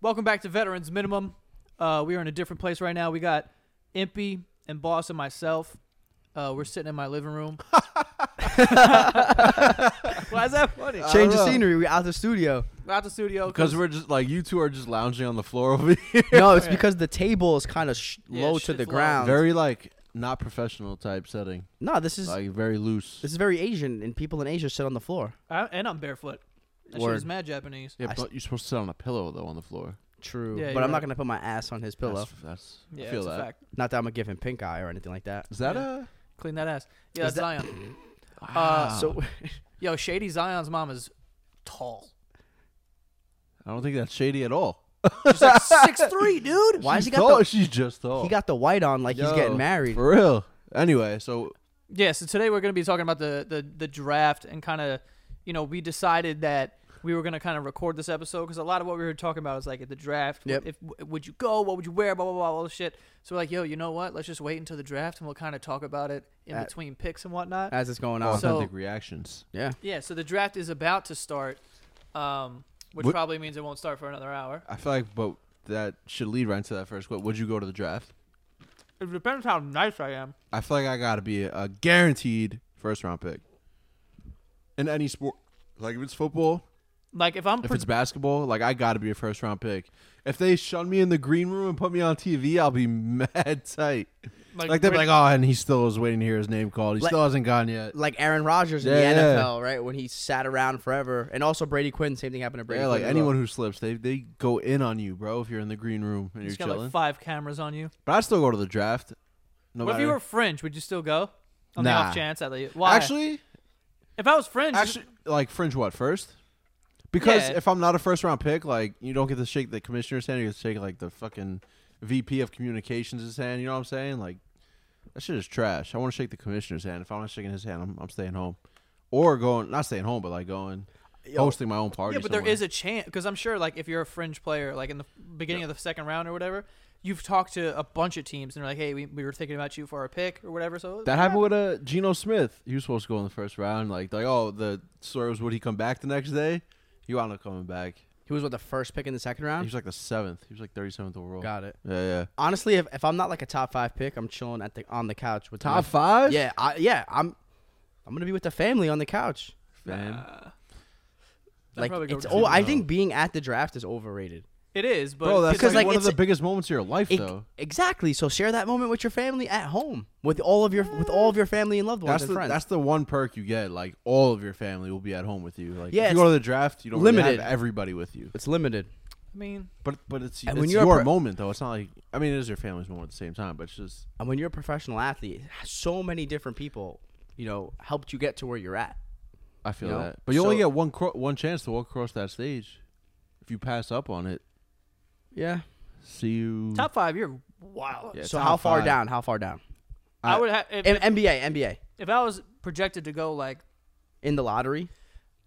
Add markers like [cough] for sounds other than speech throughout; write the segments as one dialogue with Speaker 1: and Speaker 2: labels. Speaker 1: Welcome back to Veterans Minimum. Uh, we are in a different place right now. We got Impy and Boss and myself. Uh, we're sitting in my living room.
Speaker 2: [laughs]
Speaker 1: Why is that funny?
Speaker 3: Change the scenery. We out the studio.
Speaker 1: We're out the studio
Speaker 2: Uh, Because we're just like you two are just lounging on the floor over here.
Speaker 3: [laughs]
Speaker 2: [laughs]
Speaker 3: No, it's because the table is kind of sh-
Speaker 1: Yeah,
Speaker 3: low to the
Speaker 1: shit's low.
Speaker 3: ground.
Speaker 2: Very like not professional type setting.
Speaker 3: no, this is
Speaker 2: Like very loose.
Speaker 3: this is very Asian, and people in Asia sit on the floor.
Speaker 1: I, and I'm barefoot. That shit
Speaker 3: Word.
Speaker 1: is mad Japanese.
Speaker 2: Yeah,
Speaker 3: I
Speaker 2: but you're supposed to sit on a pillow though on the floor.
Speaker 3: True,
Speaker 1: Yeah,
Speaker 3: but
Speaker 1: you're right.
Speaker 3: I'm not gonna put my ass on his pillow.
Speaker 2: That's, that's
Speaker 1: Yeah,
Speaker 2: I feel
Speaker 1: that's
Speaker 2: that.
Speaker 1: a fact.
Speaker 3: Not that I'm gonna give him pink eye or anything like that.
Speaker 2: Is that
Speaker 1: Yeah. Clean that ass. Yeah,
Speaker 3: Is
Speaker 1: that's
Speaker 3: that-
Speaker 1: Zion. Uh, [laughs]
Speaker 2: Wow.
Speaker 3: So
Speaker 1: Yo, Shady Zion's mom is
Speaker 2: [laughs]
Speaker 1: tall.
Speaker 2: a? I don't think that's shady at
Speaker 3: [laughs]
Speaker 2: all.
Speaker 1: She's like six three, dude.
Speaker 3: [laughs] why is he
Speaker 2: She's
Speaker 3: got
Speaker 2: tall.
Speaker 3: the,
Speaker 2: She's just tall.
Speaker 3: he got the white on like he's
Speaker 2: Yo,
Speaker 3: getting married?
Speaker 2: for real. Anyway, so
Speaker 1: Yeah, so today we're going to be talking about the the, the draft and kind of, you know, we decided that we were going to kind of record this episode because a lot of what we were talking about is like at the draft.
Speaker 3: Yep.
Speaker 1: If would you go? What would you wear? Blah blah blah all this shit. So we're like, yo, you know what? Let's just wait until the draft and we'll kind of talk about it in
Speaker 3: At-
Speaker 1: between picks and whatnot.
Speaker 3: As it's going on,
Speaker 1: So-
Speaker 2: authentic reactions.
Speaker 3: yeah.
Speaker 1: yeah, so the draft is about to start, um, which
Speaker 2: What-
Speaker 1: probably means it won't start for another hour.
Speaker 2: I feel like, but that should lead right into that first. What would you go to the draft?
Speaker 1: It depends how nice I am.
Speaker 2: I feel like I gotta be a, guaranteed first round pick in any sport. Like if it's football,
Speaker 1: Like if I'm
Speaker 2: if
Speaker 1: pre-
Speaker 2: it's basketball, like I gotta be a first round pick. If they shun me in the green room and put me on TV, I'll be [laughs] mad tight. Like, they'd be like, oh, and he still is waiting to hear his name called. He
Speaker 3: Like-
Speaker 2: still hasn't gone yet.
Speaker 3: Like Aaron Rodgers in
Speaker 2: Yeah,
Speaker 3: the
Speaker 2: yeah.
Speaker 3: NFL, right? When he sat around forever, and also Brady Quinn. Same thing happened to Brady.
Speaker 2: Yeah, like
Speaker 3: Quinn as well.
Speaker 2: anyone
Speaker 1: uh,
Speaker 2: who slips, they they go in on you, bro. If you're in the green room and
Speaker 1: He's
Speaker 2: you're
Speaker 1: got
Speaker 2: chilling,
Speaker 1: like five cameras on you.
Speaker 2: but I still go to the draft. No
Speaker 1: what if
Speaker 2: matter.
Speaker 1: you were fringe? Would you still go? On the
Speaker 2: Nah.
Speaker 1: off chance that they why?
Speaker 2: actually,
Speaker 1: if I was fringe,
Speaker 2: [laughs] actually, like fringe what first? Because
Speaker 1: Yeah.
Speaker 2: if I'm not a first round pick, like you don't get to shake the commissioner's hand, you get to shake like the fucking VP of communications' hand. You know what I'm saying? Like that shit is trash. I want to shake the commissioner's hand. If I'm not shaking his hand, I'm, I'm staying home, or going not staying home, but like going hosting my own party.
Speaker 1: yeah, but there is a chance because I'm sure, like, if you're a fringe player, like in the beginning of the second round or whatever, you've talked to a bunch of teams and they're like, "Hey, we, we were thinking about you for our pick or whatever." So
Speaker 2: That happened with uh, Geno Smith. He was supposed to go in the first round. Like, like oh, the story was would he come back the next day? He wound up coming back.
Speaker 3: he was with the first pick in the second
Speaker 2: He
Speaker 3: round.
Speaker 2: was like the seventh. He was like thirty seventh overall.
Speaker 3: Got it.
Speaker 2: Yeah, yeah.
Speaker 3: Honestly, if, if I'm not like a top five pick, I'm chilling at the on the couch with my-
Speaker 2: Top five.
Speaker 3: Yeah, I, yeah, I'm. I'm gonna be with the family on the couch.
Speaker 2: Fam.
Speaker 1: I'd
Speaker 3: like
Speaker 1: probably go
Speaker 3: it's.
Speaker 1: to
Speaker 3: Oh, I
Speaker 2: zero.
Speaker 3: think being at the draft is overrated.
Speaker 1: it is, but
Speaker 2: Bro, that's
Speaker 3: because,
Speaker 2: because
Speaker 3: like,
Speaker 2: like, one of
Speaker 3: it's-
Speaker 2: the biggest moments of your life,
Speaker 3: Ec-
Speaker 2: though.
Speaker 3: exactly. So share that moment with your family at home, with all of your with all of your family and loved ones
Speaker 2: That's
Speaker 3: and
Speaker 2: the
Speaker 3: friends.
Speaker 2: that's the one perk you get. Like all of your family will be at home with you. Like
Speaker 3: Yeah,
Speaker 2: if you
Speaker 3: it's
Speaker 2: go to the draft, you don't really
Speaker 3: limited.
Speaker 2: have everybody with you.
Speaker 3: it's limited.
Speaker 1: I mean,
Speaker 2: But but it's,
Speaker 3: And
Speaker 2: it's
Speaker 3: when you're
Speaker 2: your
Speaker 3: a pro-
Speaker 2: moment though. It's not like I mean it is your family's moment at the same time, but it's just
Speaker 3: And when you're a professional athlete, so many different people, you know, helped you get to where you're at.
Speaker 2: I feel
Speaker 3: You know?
Speaker 2: that. But you only
Speaker 3: So-
Speaker 2: get one cro- one chance to walk across that stage. If you pass up on it,
Speaker 3: Yeah.
Speaker 2: see you.
Speaker 1: Top five, you're wild.
Speaker 2: Yeah,
Speaker 3: so
Speaker 2: top
Speaker 3: how far
Speaker 2: five.
Speaker 3: down? How far down?
Speaker 1: I, would have if,
Speaker 3: M-
Speaker 1: if,
Speaker 3: NBA, NBA
Speaker 1: if I was projected to go like
Speaker 3: in the lottery.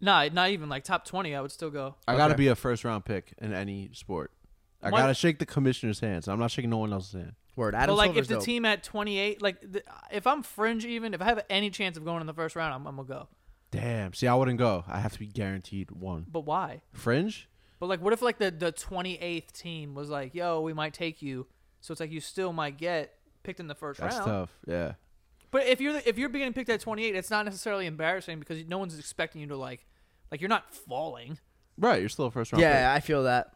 Speaker 1: nah, not even like top twenty, I would still go.
Speaker 2: I got to
Speaker 3: Okay.
Speaker 2: be a first round pick in any sport. I
Speaker 1: My-
Speaker 2: got to shake the commissioner's hands. I'm not shaking no one else's hand.
Speaker 3: Word. Adam
Speaker 1: but like
Speaker 3: Silver's
Speaker 1: if the
Speaker 3: dope.
Speaker 1: team at twenty eight, like the, if I'm fringe, even if I have any chance of going in the first round, I'm, I'm gonna go.
Speaker 2: Damn. See, I wouldn't go. I have to be guaranteed one.
Speaker 1: But why?
Speaker 2: Fringe?
Speaker 1: But like, what if like the the twenty eighth team was like, "Yo, we might take you," so it's like you still might get picked in the first
Speaker 2: That's
Speaker 1: round.
Speaker 2: tough. Yeah.
Speaker 1: But if you're the, if you're getting picked at twenty eight, it's not necessarily embarrassing because no one's expecting you to like like you're not falling.
Speaker 2: Right. You're still a first round
Speaker 3: Yeah, I feel that.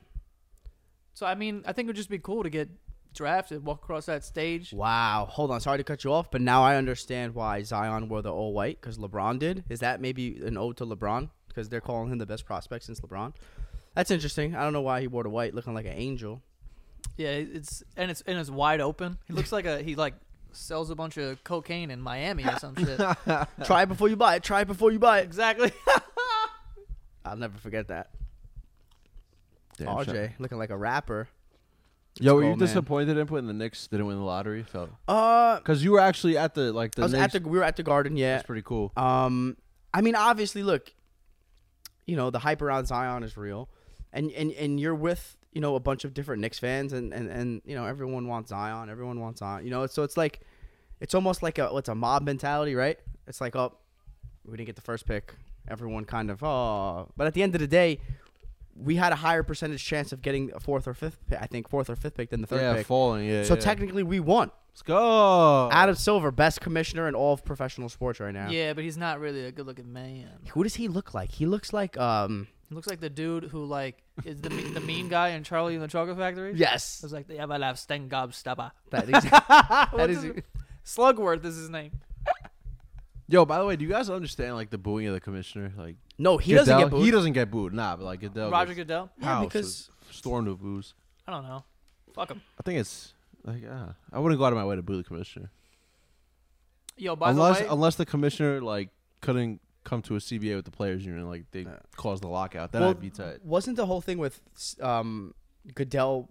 Speaker 1: So I mean, I think it would just be cool to get drafted, walk across that stage.
Speaker 3: Wow. Hold on. Sorry to cut you off, but now I understand why Zion wore the all white because LeBron did. Is that maybe an ode to LeBron? Because they're calling him the best prospect since LeBron. That's interesting. I don't know why he wore the white, looking like an angel.
Speaker 1: Yeah, it's and it's and it's wide open. He looks like a he like sells a bunch of cocaine in Miami or some
Speaker 2: [laughs]
Speaker 1: shit.
Speaker 3: Try it before you buy it. Try it before you buy it.
Speaker 1: exactly.
Speaker 3: I'll never forget that.
Speaker 2: pick. Damn,
Speaker 3: RJ
Speaker 2: shut-
Speaker 3: looking like a rapper.
Speaker 2: Yo, were you
Speaker 3: Coleman.
Speaker 2: disappointed in putting the Knicks didn't win the lottery? Felt
Speaker 3: Uh,
Speaker 2: because you were actually at the like the.
Speaker 3: I was
Speaker 2: Knicks-
Speaker 3: at the we were at the Garden. Yeah.
Speaker 2: That's pretty cool.
Speaker 3: Um, I mean, obviously, look, you know, the hype around Zion is real, and and and you're with you know a bunch of different Knicks fans, and and and you know everyone wants Zion, everyone wants Zion, you know, it's- so it's like, it's almost like a what's a mob mentality, right? It's like, oh, we didn't get the first pick, everyone kind of, oh, but at the end of the day. We had a higher percentage chance of getting a fourth or fifth, pick, I think fourth or fifth pick than the third
Speaker 2: yeah,
Speaker 3: pick.
Speaker 2: falling. Yeah.
Speaker 3: so
Speaker 2: yeah.
Speaker 3: technically, we won.
Speaker 2: let's go.
Speaker 3: Adam Silver, best commissioner in all of professional sports right
Speaker 1: [laughs]
Speaker 3: now.
Speaker 1: yeah, but he's not really a good looking man.
Speaker 3: Who does he look like? He looks like um
Speaker 1: He looks like the dude who like is the me- the mean guy in Charlie and the Chocolate Factory.
Speaker 2: [laughs]
Speaker 3: yes.
Speaker 1: it's like the Everlav Stengobstaba.
Speaker 3: [laughs] That is,
Speaker 1: That
Speaker 3: is-
Speaker 1: is Slugworth is his name.
Speaker 2: Yo, by the way, do you guys understand like the booing of the commissioner? Like
Speaker 3: no, he
Speaker 2: Goodell,
Speaker 3: doesn't get booed.
Speaker 2: He doesn't get booed. Nah, but like Goodell.
Speaker 1: Roger
Speaker 2: gets
Speaker 1: Goodell.
Speaker 3: Yeah,
Speaker 2: housed
Speaker 3: because-
Speaker 2: with stormed with boos.
Speaker 1: I don't know. Fuck him.
Speaker 2: I think it's like uh, I wouldn't go out of my way to boo the commissioner
Speaker 1: Yo, by
Speaker 2: unless
Speaker 1: the way,
Speaker 2: unless the commissioner like couldn't come to a CBA with the players union, like they caused the lockout. Then
Speaker 3: Well,
Speaker 2: I'd be tight.
Speaker 3: Wasn't the whole thing with um Goodell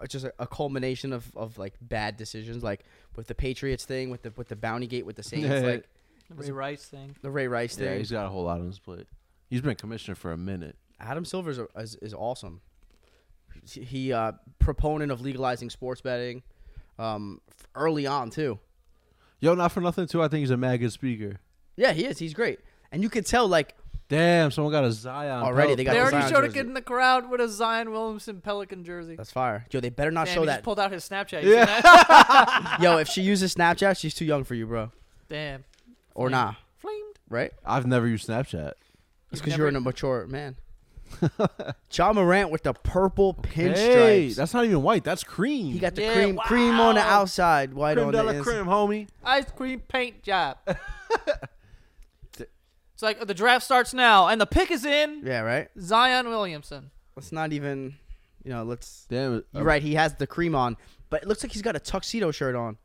Speaker 3: uh, just a, a culmination of, of like bad decisions, like with the Patriots thing, with the with the bounty gate, with
Speaker 2: [laughs]
Speaker 3: the Saints,
Speaker 2: Yeah.
Speaker 3: like
Speaker 1: Ray Rice thing.
Speaker 3: the Ray Rice
Speaker 2: Yeah,
Speaker 3: thing.
Speaker 2: he's got a whole lot on his plate. He's been commissioner for a minute.
Speaker 3: Adam Silver's a, is, is awesome. He- He uh proponent of legalizing sports betting, um f- early on too.
Speaker 2: Yo, not for nothing too. I think he's a mad good speaker.
Speaker 3: Yeah, he is. He's great, and you could tell like
Speaker 2: Damn, someone got a Zion
Speaker 3: Already,
Speaker 2: belt.
Speaker 3: they got
Speaker 1: They
Speaker 3: the
Speaker 1: already
Speaker 3: Zion
Speaker 1: showed a
Speaker 3: jersey.
Speaker 1: kid in the crowd with a Zion Williamson Pelican jersey.
Speaker 3: that's fire. Yo, they better not
Speaker 1: Damn,
Speaker 3: show
Speaker 1: he
Speaker 3: that.
Speaker 1: just pulled out his Snapchat. You seen
Speaker 3: [laughs]
Speaker 1: that?
Speaker 3: Yo, if she uses Snapchat, she's too young for you, bro.
Speaker 1: Damn.
Speaker 3: Or
Speaker 1: Flamed.
Speaker 3: nah,
Speaker 1: Flamed.
Speaker 3: right?
Speaker 2: I've never used Snapchat.
Speaker 3: It's
Speaker 1: You've
Speaker 3: because
Speaker 1: never-
Speaker 3: you're an immature man. John Morant with the purple pinstripes.
Speaker 2: Hey, that's not even white. That's cream.
Speaker 3: he got the
Speaker 1: Yeah,
Speaker 3: cream cream on the
Speaker 1: wow.
Speaker 3: outside, white
Speaker 2: creme
Speaker 3: on
Speaker 2: de
Speaker 3: the
Speaker 2: la
Speaker 3: inside.
Speaker 2: creme, homie.
Speaker 1: Ice cream paint
Speaker 3: [laughs]
Speaker 1: job. it's like the draft starts now, and the pick is in.
Speaker 3: Yeah, right.
Speaker 1: Zion Williamson.
Speaker 3: Let's not even, you know, let's.
Speaker 2: Damn it.
Speaker 3: You're right. He has the cream on, but it looks like he's got a tuxedo shirt on.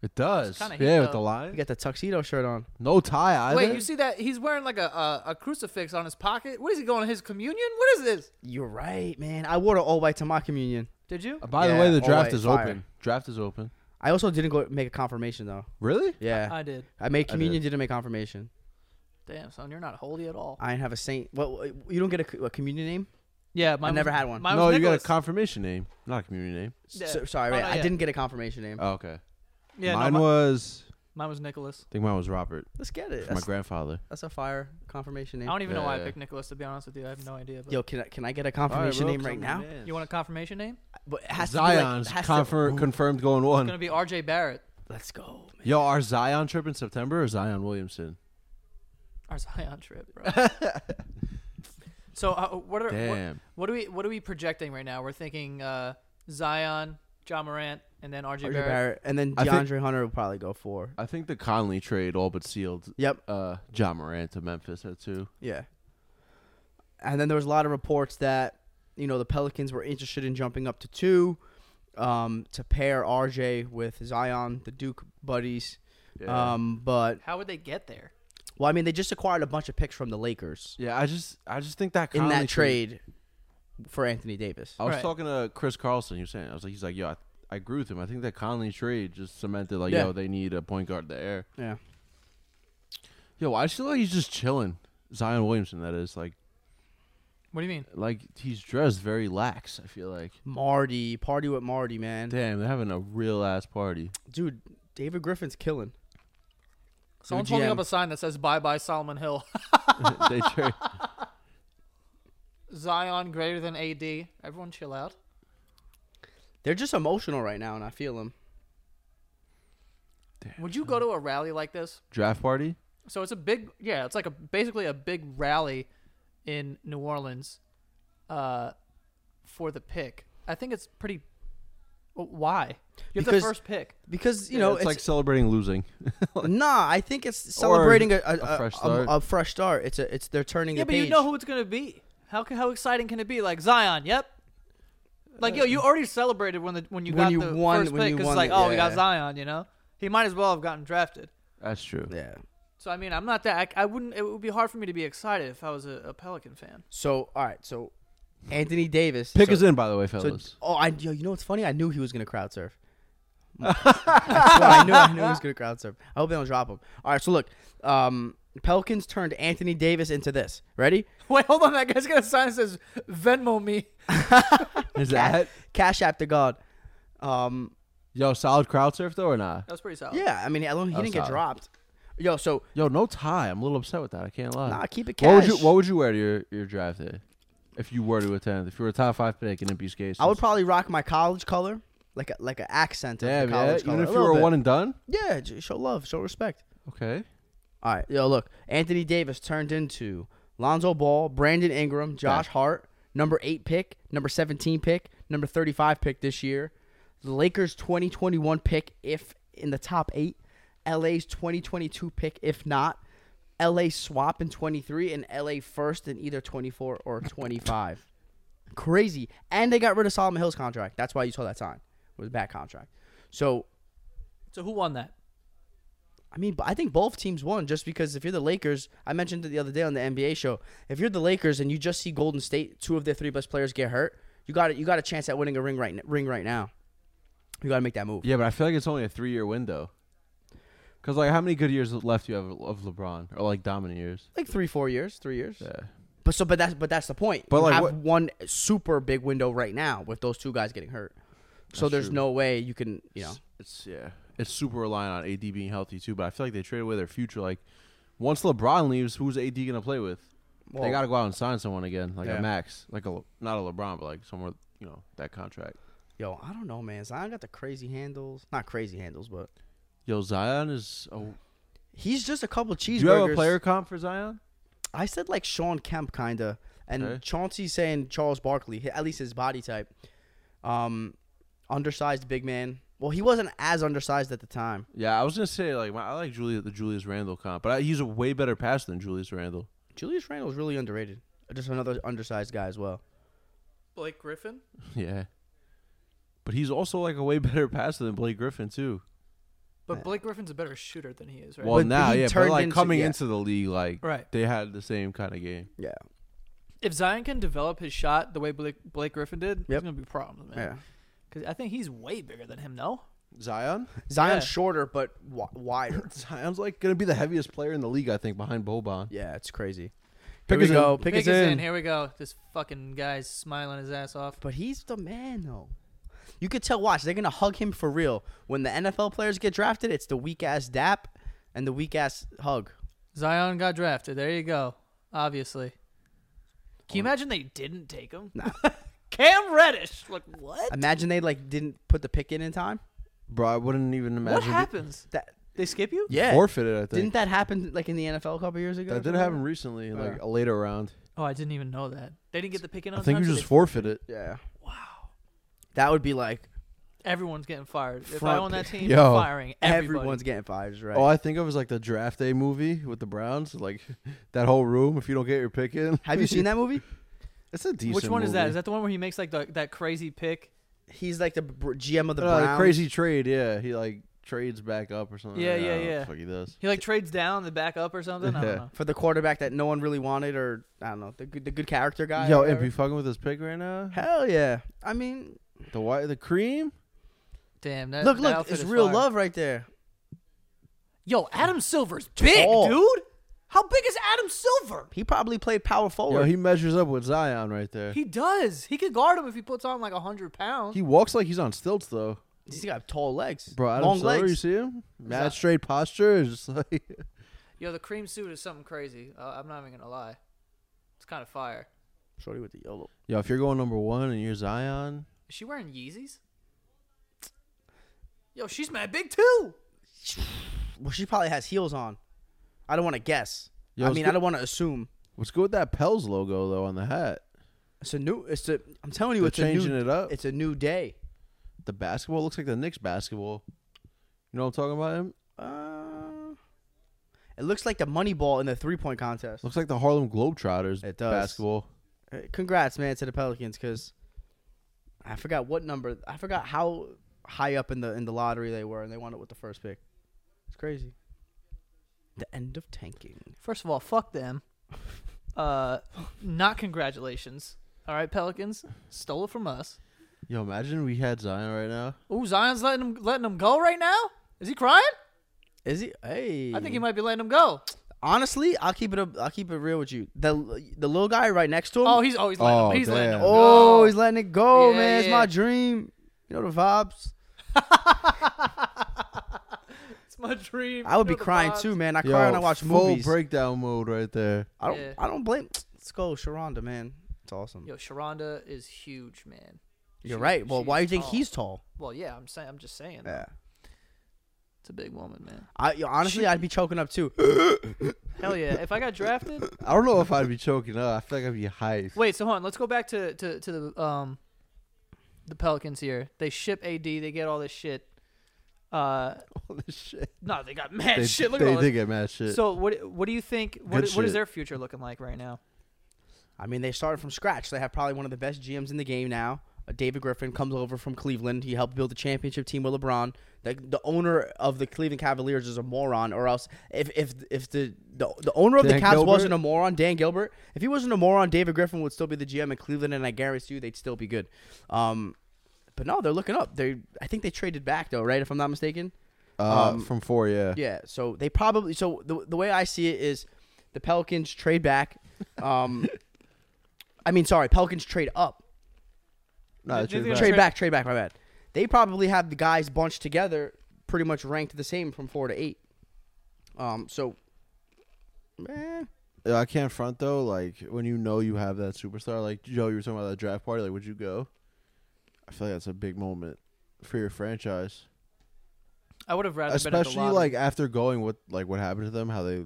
Speaker 2: It does.
Speaker 1: kinda heat,
Speaker 2: Yeah, with
Speaker 1: though.
Speaker 2: the
Speaker 3: He
Speaker 2: line.
Speaker 3: got the tuxedo shirt on.
Speaker 2: No tie either.
Speaker 1: Wait, you see that? He's wearing like a, a a crucifix on his pocket. What is he going? His communion? What is this?
Speaker 3: You're right, man. I wore the all white to my communion.
Speaker 1: Did you?
Speaker 2: Uh, By the
Speaker 3: Yeah,
Speaker 2: way, the
Speaker 3: all
Speaker 2: draft
Speaker 3: right,
Speaker 2: is
Speaker 3: fire.
Speaker 2: open. Draft is open.
Speaker 3: I also didn't go make a confirmation though.
Speaker 2: Really?
Speaker 3: Yeah,
Speaker 1: I did.
Speaker 3: I made
Speaker 2: did.
Speaker 3: communion. didn't make confirmation.
Speaker 1: Damn, son, you're not holy at all.
Speaker 3: I didn't have a saint. Well, you don't get a, a communion name.
Speaker 1: Yeah, mine
Speaker 3: I
Speaker 1: was-
Speaker 3: never had one.
Speaker 1: Mine
Speaker 2: no,
Speaker 1: was
Speaker 2: you got a
Speaker 1: Nicholas.
Speaker 2: confirmation name, not a community name.
Speaker 1: Yeah.
Speaker 3: So- sorry,
Speaker 1: Oh,
Speaker 3: wait,
Speaker 1: no,
Speaker 3: I
Speaker 1: yeah.
Speaker 3: didn't get a confirmation name.
Speaker 2: Oh, okay.
Speaker 1: Yeah, no,
Speaker 2: mine
Speaker 1: mi-
Speaker 2: was.
Speaker 1: mine was Nicholas.
Speaker 2: I think mine was Robert.
Speaker 3: Let's get it.
Speaker 2: for my
Speaker 3: That's,
Speaker 2: grandfather.
Speaker 3: that's a fire confirmation
Speaker 1: I
Speaker 3: name.
Speaker 1: don't even know why I
Speaker 2: Yeah.
Speaker 1: picked Nicholas. To be honest with you, I have no idea. But
Speaker 3: Yo, can I, can I get a confirmation name right now?
Speaker 1: you want a confirmation name?
Speaker 3: But it has to be, like-
Speaker 2: Zion's
Speaker 3: has to-
Speaker 2: confir- confirmed going
Speaker 1: It's
Speaker 2: one.
Speaker 1: gonna be R.J. Barrett
Speaker 3: Let's go. Man.
Speaker 2: Yo, our Zion trip in September or Zion Williamson?
Speaker 1: or Zion trip, bro. so uh, what are what,
Speaker 2: Damn.
Speaker 1: what do we what are we projecting right now? We're thinking uh, Zion, John Morant, and then R.J.
Speaker 3: RJ
Speaker 1: Barrett.
Speaker 3: Barrett. And then
Speaker 2: I
Speaker 3: DeAndre
Speaker 2: think-
Speaker 3: Hunter will probably go four.
Speaker 2: I think the Conley trade all but sealed
Speaker 3: Yep.
Speaker 2: uh, John Morant to Memphis at two.
Speaker 3: Yeah. And then there was a lot of reports that you know the Pelicans were interested in jumping up to two, um, to pair RJ with Zion, the Duke buddies.
Speaker 2: Yeah.
Speaker 3: Um, but
Speaker 1: How would they get there?
Speaker 3: Well, I mean, they just acquired a bunch of picks from the Lakers
Speaker 2: Yeah, I just I just think that
Speaker 3: in
Speaker 2: Conley thing-
Speaker 3: that trade for Anthony Davis.
Speaker 2: I was
Speaker 1: Right.
Speaker 2: talking to Chris Carlson. He was saying, I was like, he's like, yo, I, I agree with him. I think that Conley trade just cemented, like,
Speaker 3: Yeah.
Speaker 2: yo, they need a point guard there.
Speaker 3: Yeah.
Speaker 2: Yo, I just feel like he's just chilling. Zion Williamson, that is like,
Speaker 1: What do you mean?
Speaker 2: like he's dressed very lax. I feel like,
Speaker 3: Marty, party with Marty, man.
Speaker 2: damn, they're having a real ass
Speaker 3: [laughs]
Speaker 2: party.
Speaker 3: Dude, David Griffin's killing.
Speaker 1: Someone's
Speaker 3: GM.
Speaker 1: holding up a sign that says "Bye Bye Solomon Hill." [laughs]
Speaker 2: they trade.
Speaker 1: Zion greater than AD. Everyone chill out.
Speaker 3: They're just emotional right now, and I feel them.
Speaker 1: Would you go to a rally like this?
Speaker 2: draft party.
Speaker 1: So it's a big, yeah, it's like a basically a big rally in New Orleans uh, for the pick. I think it's pretty. Well, why? You have
Speaker 3: Because-
Speaker 1: the first pick.
Speaker 3: Because, you
Speaker 2: Yeah,
Speaker 3: know,
Speaker 2: it's, like celebrating losing.
Speaker 3: nah, I think it's celebrating a, a,
Speaker 2: a fresh
Speaker 3: a-
Speaker 2: start.
Speaker 3: a fresh start. It's a, it's they're turning
Speaker 1: Yeah,
Speaker 3: the
Speaker 1: but
Speaker 3: page.
Speaker 1: you know who it's gonna be. How ca- how exciting can it be? Like Zion. Yep. Like yo, you already celebrated when the when you
Speaker 3: Uh, When
Speaker 1: got
Speaker 3: you
Speaker 1: the
Speaker 3: won-
Speaker 1: first
Speaker 3: when
Speaker 1: pick
Speaker 3: you
Speaker 1: because
Speaker 3: won
Speaker 1: like
Speaker 3: the-
Speaker 1: oh we got
Speaker 3: yeah.
Speaker 1: Zion. You know he might as well have gotten drafted.
Speaker 2: [laughs] That's true.
Speaker 3: yeah.
Speaker 1: So I mean I'm not that I, I wouldn't it would be hard for me to be excited if I was a, a Pelican fan.
Speaker 3: So, all right, so Anthony Davis.
Speaker 2: Pick
Speaker 3: so,
Speaker 2: is in, by the way,
Speaker 3: So, [laughs]
Speaker 2: fellas.
Speaker 3: oh, I yo, you know what's funny? I knew he was gonna
Speaker 2: [laughs]
Speaker 3: crowd surf. I, swear, I knew I knew he was gonna crowd surf. I hope they don't drop him. All right, so look, um, Pelicans turned Anthony Davis into this. Ready?
Speaker 1: [laughs] Wait hold on that guy's got a sign that says Venmo me.
Speaker 2: is that
Speaker 3: Cash app to God. Um,
Speaker 2: yo solid crowd surf though or not?
Speaker 1: That was pretty solid.
Speaker 3: yeah, I mean, I don't- he
Speaker 2: Oh. That's
Speaker 3: didn't get
Speaker 2: solid.
Speaker 3: dropped. Yo, so
Speaker 2: Yo, no tie. I'm a little upset with that. I can't lie.
Speaker 3: nah, keep it cash.
Speaker 2: What would you What would you wear to your, your draft day if you were to attend? If you were a top five pick in NB's case,
Speaker 3: I would probably rock my college color, like a, like an accent of
Speaker 2: Damn,
Speaker 3: the
Speaker 2: yeah.
Speaker 3: college color.
Speaker 2: Even if
Speaker 3: a
Speaker 2: you
Speaker 3: little
Speaker 2: were
Speaker 3: bit.
Speaker 2: one and done.
Speaker 3: yeah, j- show love, show respect.
Speaker 2: Okay.
Speaker 3: All right, yo, look, Anthony Davis turned into Lonzo Ball, Brandon Ingram, Josh Hart, number eight pick, number seventeen pick, number thirty-five pick this year. The Lakers' twenty twenty-one pick, if in the top eight. LA's twenty twenty-two pick, if not. LA swap in twenty-three and LA first in either twenty-four or twenty-five. Crazy, and they got rid of Solomon Hill's contract. That's why you saw that sign. It was a bad contract. So
Speaker 1: So who won that?
Speaker 3: I mean, but I think both teams won just because if you're the Lakers, I mentioned it the other day on the NBA show. If you're the Lakers and you just see Golden State, two of their three best players get hurt, you got it. You got a chance at winning a ring right n- ring right now. You got to make that move.
Speaker 2: Yeah, but I feel like it's only a three year window. Cause like, how many good years left do you have of LeBron or like dominant years?
Speaker 3: Like three, four years, three years.
Speaker 2: Yeah.
Speaker 3: But so, but that's but that's the point.
Speaker 2: But
Speaker 3: you
Speaker 2: like
Speaker 3: have
Speaker 2: what-
Speaker 3: one super big window right now with those two guys getting hurt. So there's no way you can you know.
Speaker 2: It's yeah. It's super reliant on AD being healthy too. But I feel like they traded away their future. Like, once LeBron leaves, who's AD gonna play with?
Speaker 3: Well-
Speaker 2: they gotta go out and sign someone again, like
Speaker 3: Yeah.
Speaker 2: a Max, like a Le- not a LeBron, but like somewhere you know that contract.
Speaker 3: Yo, I don't know, man. Zion got the crazy handles. Not crazy handles, but
Speaker 2: Yo, Zion is. Oh,
Speaker 3: he's just a couple
Speaker 2: do
Speaker 3: cheeseburgers.
Speaker 2: you have a player comp for Zion?
Speaker 3: I said like Sean Kemp kinda, and
Speaker 2: Okay.
Speaker 3: Chauncey's saying Charles Barkley, hi- at least his body type. Um, undersized big man. Well, he wasn't as undersized at the time.
Speaker 2: Yeah, I was gonna say like my, I like Julius the Julius Randle comp, but I, he's a way better passer than Julius Randle. [laughs]
Speaker 3: Julius Randle is really underrated. Uh, Just another undersized guy as well.
Speaker 1: Blake Griffin?
Speaker 2: Yeah. But he's also like a way better passer than Blake Griffin too.
Speaker 1: But Blake Griffin's a better shooter than he is, right?
Speaker 2: Well,
Speaker 3: But- but
Speaker 2: now
Speaker 3: he
Speaker 2: yeah, but
Speaker 3: turned
Speaker 2: like
Speaker 3: into-
Speaker 2: coming
Speaker 3: yeah.
Speaker 2: into the league, like
Speaker 1: Right.
Speaker 2: they had the same kind of game.
Speaker 3: Yeah,
Speaker 1: if Zion can develop his shot the way Blake, Blake Griffin did, there's
Speaker 3: Yep.
Speaker 1: gonna be problems, man.
Speaker 3: yeah.
Speaker 1: Cause I think he's way bigger than him, no?
Speaker 2: Zion,
Speaker 3: Zion's
Speaker 1: Yeah.
Speaker 3: shorter but w-
Speaker 2: [laughs]
Speaker 3: wider.
Speaker 2: Zion's like gonna be the heaviest player in the league, I think, behind Boban.
Speaker 3: yeah, it's crazy.
Speaker 2: Pick
Speaker 3: Here we
Speaker 2: us in.
Speaker 3: go. Pick,
Speaker 1: Pick is
Speaker 3: us in.
Speaker 1: in. Here we go. This fucking guy's smiling his ass off.
Speaker 3: But he's the man though. You could tell. Watch, they're gonna hug him for real. When the NFL players get drafted, it's the weak ass dap and the weak ass hug.
Speaker 1: Zion got drafted. There you go. Obviously. Can you imagine they didn't take him?
Speaker 3: Nah.
Speaker 1: [laughs] Cam Reddish. Like what?
Speaker 3: Imagine they like didn't put the pick in in time.
Speaker 2: Bro, I wouldn't even imagine.
Speaker 1: what
Speaker 2: it-
Speaker 1: happens?
Speaker 3: That
Speaker 1: They skip you?
Speaker 3: yeah.
Speaker 2: Forfeited, I think.
Speaker 3: Didn't that happen like in the NFL a couple years ago?
Speaker 2: that did happen recently, in, like
Speaker 3: Yeah.
Speaker 2: a later round.
Speaker 1: Oh, I didn't even know that. They didn't get the pick in on
Speaker 2: I think you
Speaker 1: time, so
Speaker 2: just
Speaker 1: they-
Speaker 2: forfeit it.
Speaker 3: Yeah. Wow. That would be like
Speaker 1: everyone's getting fired. If I
Speaker 3: Front-
Speaker 1: own that team,
Speaker 2: Yo.
Speaker 1: firing everybody.
Speaker 3: everyone's getting fired, right?
Speaker 2: All Oh, I think of is like the draft day movie with the Browns, like [laughs] that whole room. If you don't get your pick in, [laughs]
Speaker 3: Have you seen that movie?
Speaker 2: It's a decent.
Speaker 1: Which one is that?
Speaker 2: movie.
Speaker 1: Is that the one where he makes like the, that crazy pick?
Speaker 3: He's like the br- GM of the
Speaker 2: Uh,
Speaker 3: Browns.
Speaker 2: crazy trade? Yeah, he like trades back up or something.
Speaker 1: Yeah,
Speaker 2: I don't
Speaker 1: yeah,
Speaker 2: know what the
Speaker 1: yeah.
Speaker 2: fuck he does.
Speaker 1: He like trades down and back up or something. I don't know.
Speaker 3: for the quarterback that no one really wanted, or I don't know, the good, the good character guy.
Speaker 2: Yo,
Speaker 3: or
Speaker 2: MP
Speaker 3: whatever.
Speaker 2: fucking with his pick right now.
Speaker 3: Hell yeah! I mean,
Speaker 2: The white, the cream.
Speaker 1: Damn. That,
Speaker 3: look,
Speaker 1: that
Speaker 3: look,
Speaker 1: outfit
Speaker 3: it's
Speaker 1: is
Speaker 3: real
Speaker 1: fire.
Speaker 3: love right there.
Speaker 1: Yo, Adam Silver's big,
Speaker 3: Tall.
Speaker 1: dude. How big is Adam Silver?
Speaker 3: He probably played power forward.
Speaker 2: Yo, he measures up with Zion right there. He,
Speaker 1: He does. He could guard him if he puts on like hundred pounds.
Speaker 2: walks like he's on stilts though,
Speaker 3: He's got tall legs,
Speaker 2: bro. Adam
Speaker 3: long
Speaker 2: Silver, you
Speaker 3: legs.
Speaker 2: see him? Mad
Speaker 1: that?
Speaker 2: straight posture, is just like [laughs]
Speaker 1: Yo, the cream suit is something crazy. Uh, I'm not even gonna lie. It's kind of fire.
Speaker 3: Shorty with the yellow.
Speaker 2: yo. If you're going number one and you're Zion,
Speaker 1: Is she wearing Yeezys? Yo, she's mad big too.
Speaker 3: Well, she probably has heels on. I don't want to guess.
Speaker 2: Yo,
Speaker 3: I
Speaker 2: it's
Speaker 3: mean,
Speaker 2: good-
Speaker 3: I don't want to assume.
Speaker 2: what's good with that Pels logo though on the hat?
Speaker 3: It's a new. It's a. I'm telling you,
Speaker 2: They're
Speaker 3: it's a
Speaker 2: changing
Speaker 3: new,
Speaker 2: it up.
Speaker 3: It's a new day.
Speaker 2: The basketball looks like the Knicks basketball. You know what I'm talking about? Him
Speaker 3: Uh, it looks like the money ball in the three point contest.
Speaker 2: looks like the Harlem Globetrotters.
Speaker 3: It does.
Speaker 2: basketball.
Speaker 3: Uh, Congrats, man, to the Pelicans because I forgot what number. I forgot how high up in the in the lottery they were, and they won it with the first pick. It's crazy. The end of tanking.
Speaker 1: First of all, fuck them. Uh, not congratulations. All right, Pelicans stole it from us.
Speaker 2: Yo, imagine we had Zion right now.
Speaker 1: Ooh, Zion's letting him letting him go right now. Is he crying?
Speaker 3: Is he? Hey,
Speaker 1: I think he might be letting him go.
Speaker 3: Honestly, I'll keep it. Up, I'll keep it real with you. The the little guy right next to him.
Speaker 1: Oh, he's oh, he's letting
Speaker 2: Oh,
Speaker 1: him. He's letting him
Speaker 2: damn.
Speaker 1: go.
Speaker 3: Oh, he's letting it go,
Speaker 1: Yeah,
Speaker 3: man. It's
Speaker 1: yeah.
Speaker 3: my dream. You know the vibes.
Speaker 1: it's my dream.
Speaker 3: I would
Speaker 1: You
Speaker 3: be
Speaker 1: know the
Speaker 3: crying
Speaker 1: vibes.
Speaker 3: too, man. I
Speaker 2: Yo,
Speaker 3: cry when I watch
Speaker 2: full
Speaker 3: movies.
Speaker 2: breakdown mode right there.
Speaker 3: I don't.
Speaker 1: Yeah.
Speaker 3: I don't blame. Let's go, Sharonda, man. It's awesome.
Speaker 1: Yo, Sharonda is huge, man.
Speaker 3: You're
Speaker 1: she-
Speaker 3: right. Well,
Speaker 1: she's
Speaker 3: why do you think
Speaker 1: tall.
Speaker 3: he's tall?
Speaker 1: Well, yeah, I'm saying, I'm just saying. though.
Speaker 3: Yeah.
Speaker 1: It's a big woman, man.
Speaker 3: I yo, honestly,
Speaker 1: She-
Speaker 3: I'd be choking up too.
Speaker 1: Hell yeah! If I got drafted,
Speaker 2: I don't know if I'd be choking up. I feel like I'd be
Speaker 1: [laughs]
Speaker 2: hyped. [laughs]
Speaker 1: wait. So hold on. Let's go back to to to the um, the Pelicans here. They ship AD. They get all this shit. Uh,
Speaker 2: all this shit.
Speaker 1: no, they got mad
Speaker 2: They,
Speaker 1: shit. Look
Speaker 2: they
Speaker 1: at all
Speaker 2: did
Speaker 1: this.
Speaker 2: get mad shit.
Speaker 1: So what what do you think? What,
Speaker 2: Good
Speaker 1: what is
Speaker 2: shit.
Speaker 1: their future looking like right now?
Speaker 3: I mean, they started from scratch. They have probably one of the best GMs in the game now. Uh, David Griffin comes over from Cleveland. He helped build the championship team with LeBron. The, the owner of the Cleveland Cavaliers is a moron, or else if if if the the, the owner of
Speaker 2: Dan
Speaker 3: the Cavs
Speaker 2: Gilbert?
Speaker 3: wasn't a moron, Dan Gilbert, if he wasn't a moron, David Griffin would still be the GM in Cleveland, and I guarantee you they'd still be good. Um, but no, they're looking up. They I think they traded back though, right? If I'm not mistaken.
Speaker 2: uh,
Speaker 3: um,
Speaker 2: from four, yeah.
Speaker 3: Yeah, so they probably so the the way I see it is the Pelicans trade back. Um [laughs] I mean sorry, Pelicans trade up.
Speaker 2: No,
Speaker 1: Did- did
Speaker 2: trade
Speaker 1: they
Speaker 2: back.
Speaker 3: Trade back, trade back, my bad. They probably have the guys bunched together pretty much ranked the same from 4 to 8. Um so eh,
Speaker 2: Yeah, I can't front though. Like when you know you have that superstar, like Joe, you were talking about that draft party. Like, would you go? I feel like that's a big moment for your franchise,
Speaker 1: I would have rather been
Speaker 2: especially
Speaker 1: at the
Speaker 2: like
Speaker 1: lottery.
Speaker 2: after going what like what happened to them, how they,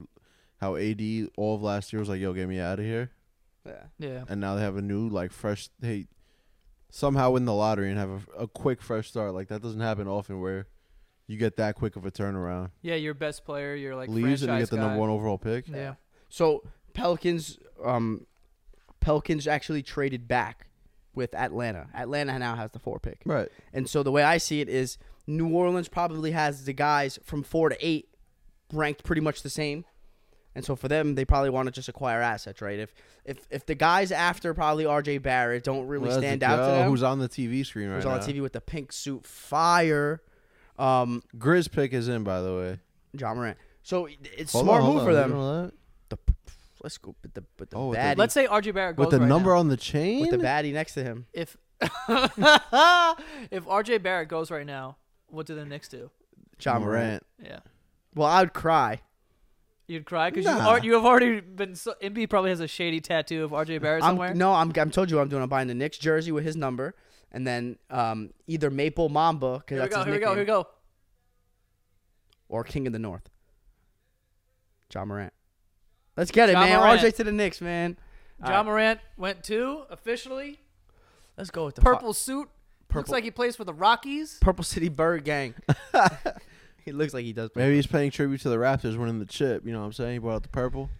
Speaker 2: how AD all of last year was like, "Yo, get me out of here,"
Speaker 3: yeah.
Speaker 1: yeah.
Speaker 2: and now they have a new like fresh. They somehow win the lottery and have a, a quick fresh start. Like that doesn't happen often where you get that quick of a turnaround.
Speaker 1: Yeah, your best player, you're like
Speaker 2: Leaves and you
Speaker 1: franchise
Speaker 2: get the
Speaker 1: guy.
Speaker 2: number one overall pick.
Speaker 1: Yeah.
Speaker 3: So Pelicans um Pelicans actually traded back with Atlanta. Atlanta now has the 4 pick.
Speaker 2: Right.
Speaker 3: And so the way I see it is New Orleans probably has the guys from four to eight ranked pretty much the same. And so for them, they probably want to just acquire assets, right? If if if the guys after probably RJ Barrett don't really
Speaker 2: Let's
Speaker 3: stand out to
Speaker 2: go.
Speaker 3: them,
Speaker 2: Who's on the TV screen right
Speaker 3: who's
Speaker 2: now?
Speaker 3: on TV with the pink suit, fire, um,
Speaker 2: Grizz pick is in, by the way.
Speaker 3: John Morant. So it's
Speaker 2: Hold
Speaker 3: smart
Speaker 2: on, hold
Speaker 3: move
Speaker 2: on.
Speaker 3: for
Speaker 2: You
Speaker 3: them.
Speaker 2: know that?
Speaker 3: The, let's go with the with the
Speaker 2: Oh, with the-
Speaker 3: baddie
Speaker 1: Let's say RJ Barrett goes
Speaker 2: With the
Speaker 1: right
Speaker 2: number
Speaker 1: now.
Speaker 2: on the chain?
Speaker 3: with the baddie next to him.
Speaker 1: If [laughs] if RJ Barrett goes right now, what do the Knicks do?
Speaker 3: John Morant.
Speaker 2: Morant.
Speaker 1: Yeah.
Speaker 3: Well, I would cry.
Speaker 1: You'd cry because you
Speaker 2: Nah.
Speaker 1: are you have already been. So, MB probably has a shady tattoo of RJ Barrett
Speaker 3: I'm,
Speaker 1: somewhere.
Speaker 3: No, I'm, I'm told you what I'm doing. I'm buying the Knicks jersey with his number, and then um, either Maple Mamba because
Speaker 1: here we
Speaker 3: that's
Speaker 1: go.
Speaker 3: his
Speaker 1: Here we go.
Speaker 3: nickname,
Speaker 1: Here we go.
Speaker 3: or King of the North. John Morant. Let's get it,
Speaker 1: Ja
Speaker 3: man.
Speaker 1: Morant.
Speaker 3: RJ to the Knicks, man. All
Speaker 1: John
Speaker 3: right.
Speaker 1: Morant went to officially
Speaker 3: Let's go with the fu-
Speaker 1: purple suit. Looks
Speaker 3: Purple.
Speaker 1: like he plays for the Rockies.
Speaker 3: Purple City Bird Gang. [laughs] he looks like he does.
Speaker 2: Maybe he's paying tribute to the Raptors winning the chip. You know what I'm saying? He brought out the purple.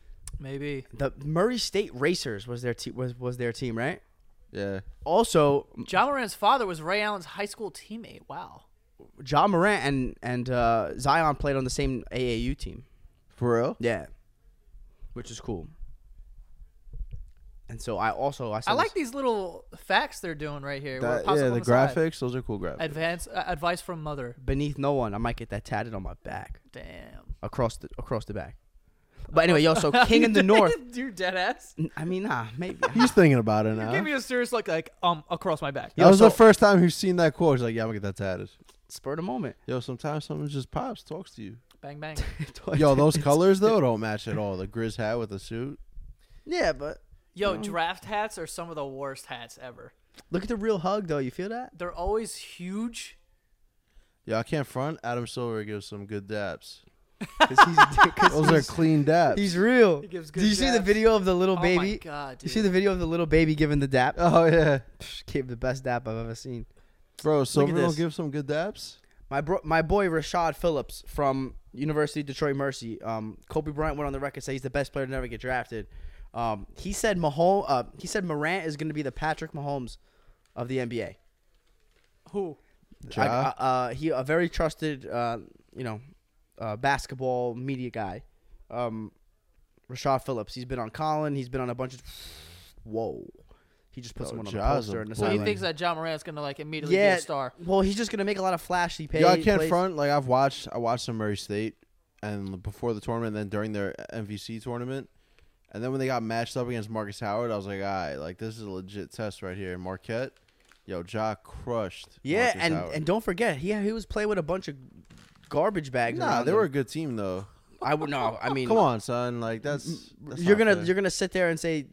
Speaker 1: Maybe.
Speaker 3: The Murray State Racers was their te- was was their team, right?
Speaker 2: Yeah.
Speaker 3: Also,
Speaker 1: John Morant's father was Ray Allen's high school teammate. Wow.
Speaker 3: John Morant and and uh, Zion played on the same AAU team.
Speaker 2: For real?
Speaker 3: Yeah, which is cool. And so I also I, said
Speaker 1: I like
Speaker 3: this-
Speaker 1: these little facts they're doing right here. We're
Speaker 2: That-
Speaker 1: puzzle
Speaker 2: yeah, the
Speaker 1: on side.
Speaker 2: graphics. Those are cool graphics.
Speaker 1: Advance uh, advice from mother.
Speaker 3: beneath no one. I might get that tatted on my back
Speaker 2: [laughs]
Speaker 1: Damn.
Speaker 3: across the across the back. But anyway, yo, so King
Speaker 1: [laughs]
Speaker 3: in the North.
Speaker 1: You're dead ass.
Speaker 3: I [laughs] mean, nah, maybe.
Speaker 2: He's thinking about it
Speaker 1: Give
Speaker 2: now.
Speaker 1: me a serious look, like um, across my back.
Speaker 2: That
Speaker 3: Yo,
Speaker 2: was
Speaker 3: so-
Speaker 2: the first time he's seen that quote. He's like, "Yeah, I'm gonna get that tatted."
Speaker 3: Spur of the moment. [laughs]
Speaker 2: Yo, sometimes something just pops, talks to [laughs] you.
Speaker 1: Bang bang.
Speaker 2: Yo, those colors [laughs] though don't match at all. The grizz hat with the suit.
Speaker 3: Yeah, but
Speaker 1: Yo, draft hats are some of the worst hats ever.
Speaker 3: look at the real hug though. You feel that?
Speaker 1: They're always huge.
Speaker 2: Yo, I can't front. Adam Silver gives some good daps.
Speaker 3: [laughs] 'Cause he's,
Speaker 2: [laughs]
Speaker 3: 'cause
Speaker 2: Those are
Speaker 3: [laughs]
Speaker 2: clean daps.
Speaker 3: he's real.
Speaker 1: He gives
Speaker 3: Do
Speaker 1: good
Speaker 3: you see the
Speaker 1: daps.
Speaker 3: video of the little
Speaker 1: Oh my
Speaker 3: baby?
Speaker 1: God,
Speaker 3: You see
Speaker 1: dude.
Speaker 3: the video of the little baby giving the dap?
Speaker 2: oh yeah,
Speaker 3: Psh, Gave the best dap I've ever seen.
Speaker 2: bro. Silver
Speaker 3: this.
Speaker 2: don't give some good daps.
Speaker 3: My bro, my boy Rashad Phillips from University of Detroit Mercy. Um, Kobe Bryant went on the record say he's the best player to never get drafted. Um, he said Mahol, uh, he said Morant is going to be the Patrick Mahomes of the NBA.
Speaker 1: Who?
Speaker 2: Ja.
Speaker 3: I- I- uh, he a very trusted, uh, you know, uh, basketball media guy. Um, Rashad Phillips. He's been on Colin. He's been on a bunch of. Whoa, he just put
Speaker 2: Oh,
Speaker 3: someone on
Speaker 2: Ja's
Speaker 3: a poster
Speaker 2: a
Speaker 3: in the
Speaker 1: So he
Speaker 3: sideline.
Speaker 1: thinks that John Morant's gonna like immediately
Speaker 3: yeah,
Speaker 1: be a star.
Speaker 3: Well, he's just going to make a lot of flashy plays.
Speaker 2: Yo, I can't
Speaker 3: plays.
Speaker 2: front. Like I've watched, I watched some Murray State, and before the tournament, then during their MVC tournament, and then when they got matched up against Marcus Howard, I was like, all right, like this is a legit test right here. Marquette, yo, Ja crushed.
Speaker 3: Yeah,
Speaker 2: Marcus
Speaker 3: and
Speaker 2: Howard.
Speaker 3: and don't forget, he he was playing with a bunch of garbage bags.
Speaker 2: nah,
Speaker 3: around
Speaker 2: they
Speaker 3: him.
Speaker 2: were a good team though.
Speaker 3: I would no. I mean,
Speaker 2: Come on, son. Like that's, that's
Speaker 3: you're
Speaker 2: not
Speaker 3: gonna
Speaker 2: fair.
Speaker 3: you're gonna sit there and say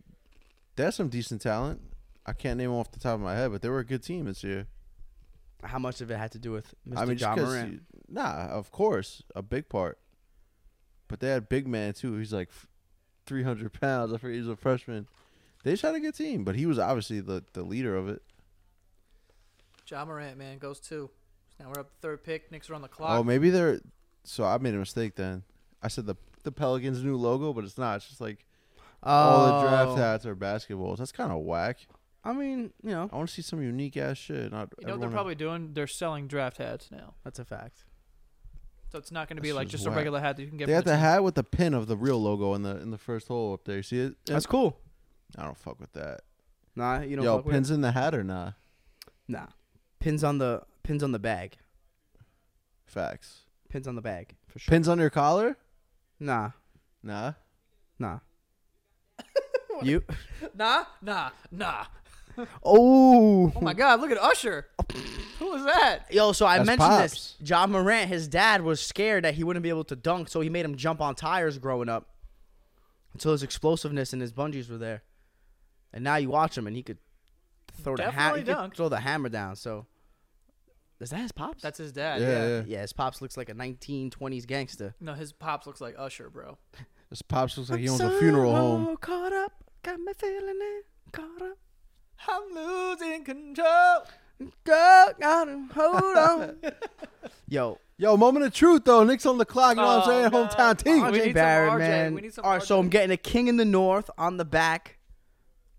Speaker 2: There's some decent talent. I can't name them off the top of my head, but they were a good team this year.
Speaker 3: how much of it had to do with Mr.
Speaker 2: I mean, just
Speaker 3: John
Speaker 2: 'cause
Speaker 3: Morant.
Speaker 2: you- nah, of course, a big part. But they had big man too. He's like three hundred pounds. I forget he was a freshman. They just had a good team, but he was obviously the, the leader of it.
Speaker 1: John Morant, man, goes two. Now we're up third pick. Knicks are on the clock.
Speaker 2: Oh, maybe they're. So I made a mistake then. I said the the Pelicans' new logo, but it's not. It's just like all the
Speaker 3: Oh.
Speaker 2: draft hats are basketballs. That's kind of whack.
Speaker 3: I mean, you know,
Speaker 2: I want to see some unique ass
Speaker 1: you
Speaker 2: shit. Not
Speaker 1: know what they're
Speaker 2: everyone-
Speaker 1: probably doing? They're selling draft hats now.
Speaker 3: that's a fact.
Speaker 1: So it's not going to be
Speaker 2: That's
Speaker 1: like
Speaker 2: just
Speaker 1: just a
Speaker 2: whack.
Speaker 1: regular hat that you can get.
Speaker 2: They
Speaker 1: from
Speaker 2: had
Speaker 1: the
Speaker 2: the
Speaker 1: team.
Speaker 2: hat with the pin of the real logo in the in the first hole up there. You see it?
Speaker 3: That's cool.
Speaker 2: I don't fuck with that.
Speaker 3: Nah, you know,
Speaker 2: Yo,
Speaker 3: fuck with
Speaker 2: pins in the hat or nah?
Speaker 3: it. nah, pins on the pins on the bag,
Speaker 2: Facts.
Speaker 3: pins on the bag for sure.
Speaker 2: Pins on your collar?
Speaker 3: Nah,
Speaker 2: Nah. [laughs]
Speaker 3: nah. you?
Speaker 1: Nah, nah, nah.
Speaker 3: Oh,
Speaker 1: Oh my God! Look at Usher. Who was that?
Speaker 3: Yo, so I
Speaker 2: That's
Speaker 3: mentioned this.
Speaker 2: Pops.
Speaker 3: John Morant, his dad was scared that he wouldn't be able to dunk, so he made him jump on tires growing up. So his explosiveness and his bungees were there. And now you watch him, and he could throw the ha-
Speaker 1: Definitely
Speaker 3: he could
Speaker 1: dunked.
Speaker 3: throw the hammer down. So is that his pops?
Speaker 1: That's his dad.
Speaker 2: Yeah,
Speaker 1: Yeah.
Speaker 2: yeah.
Speaker 3: yeah. His pops looks like a 1920s gangster.
Speaker 1: No, his pops looks like Usher, bro.
Speaker 2: This pops looks like he owns a funeral home.
Speaker 3: Caught up, got me feeling it. Caught up,
Speaker 1: I'm losing control.
Speaker 3: go, got him, hold [laughs] on. Yo,
Speaker 2: Yo, moment of truth though. Nick's on the clock. You know what
Speaker 1: Oh,
Speaker 2: I'm saying?
Speaker 1: no.
Speaker 2: Hometown
Speaker 1: We
Speaker 2: team.
Speaker 3: RJ
Speaker 1: need some
Speaker 3: Barrett,
Speaker 1: RJ.
Speaker 3: man.
Speaker 1: We need some
Speaker 3: All right, so
Speaker 1: RJ.
Speaker 3: I'm getting a King in the North on the back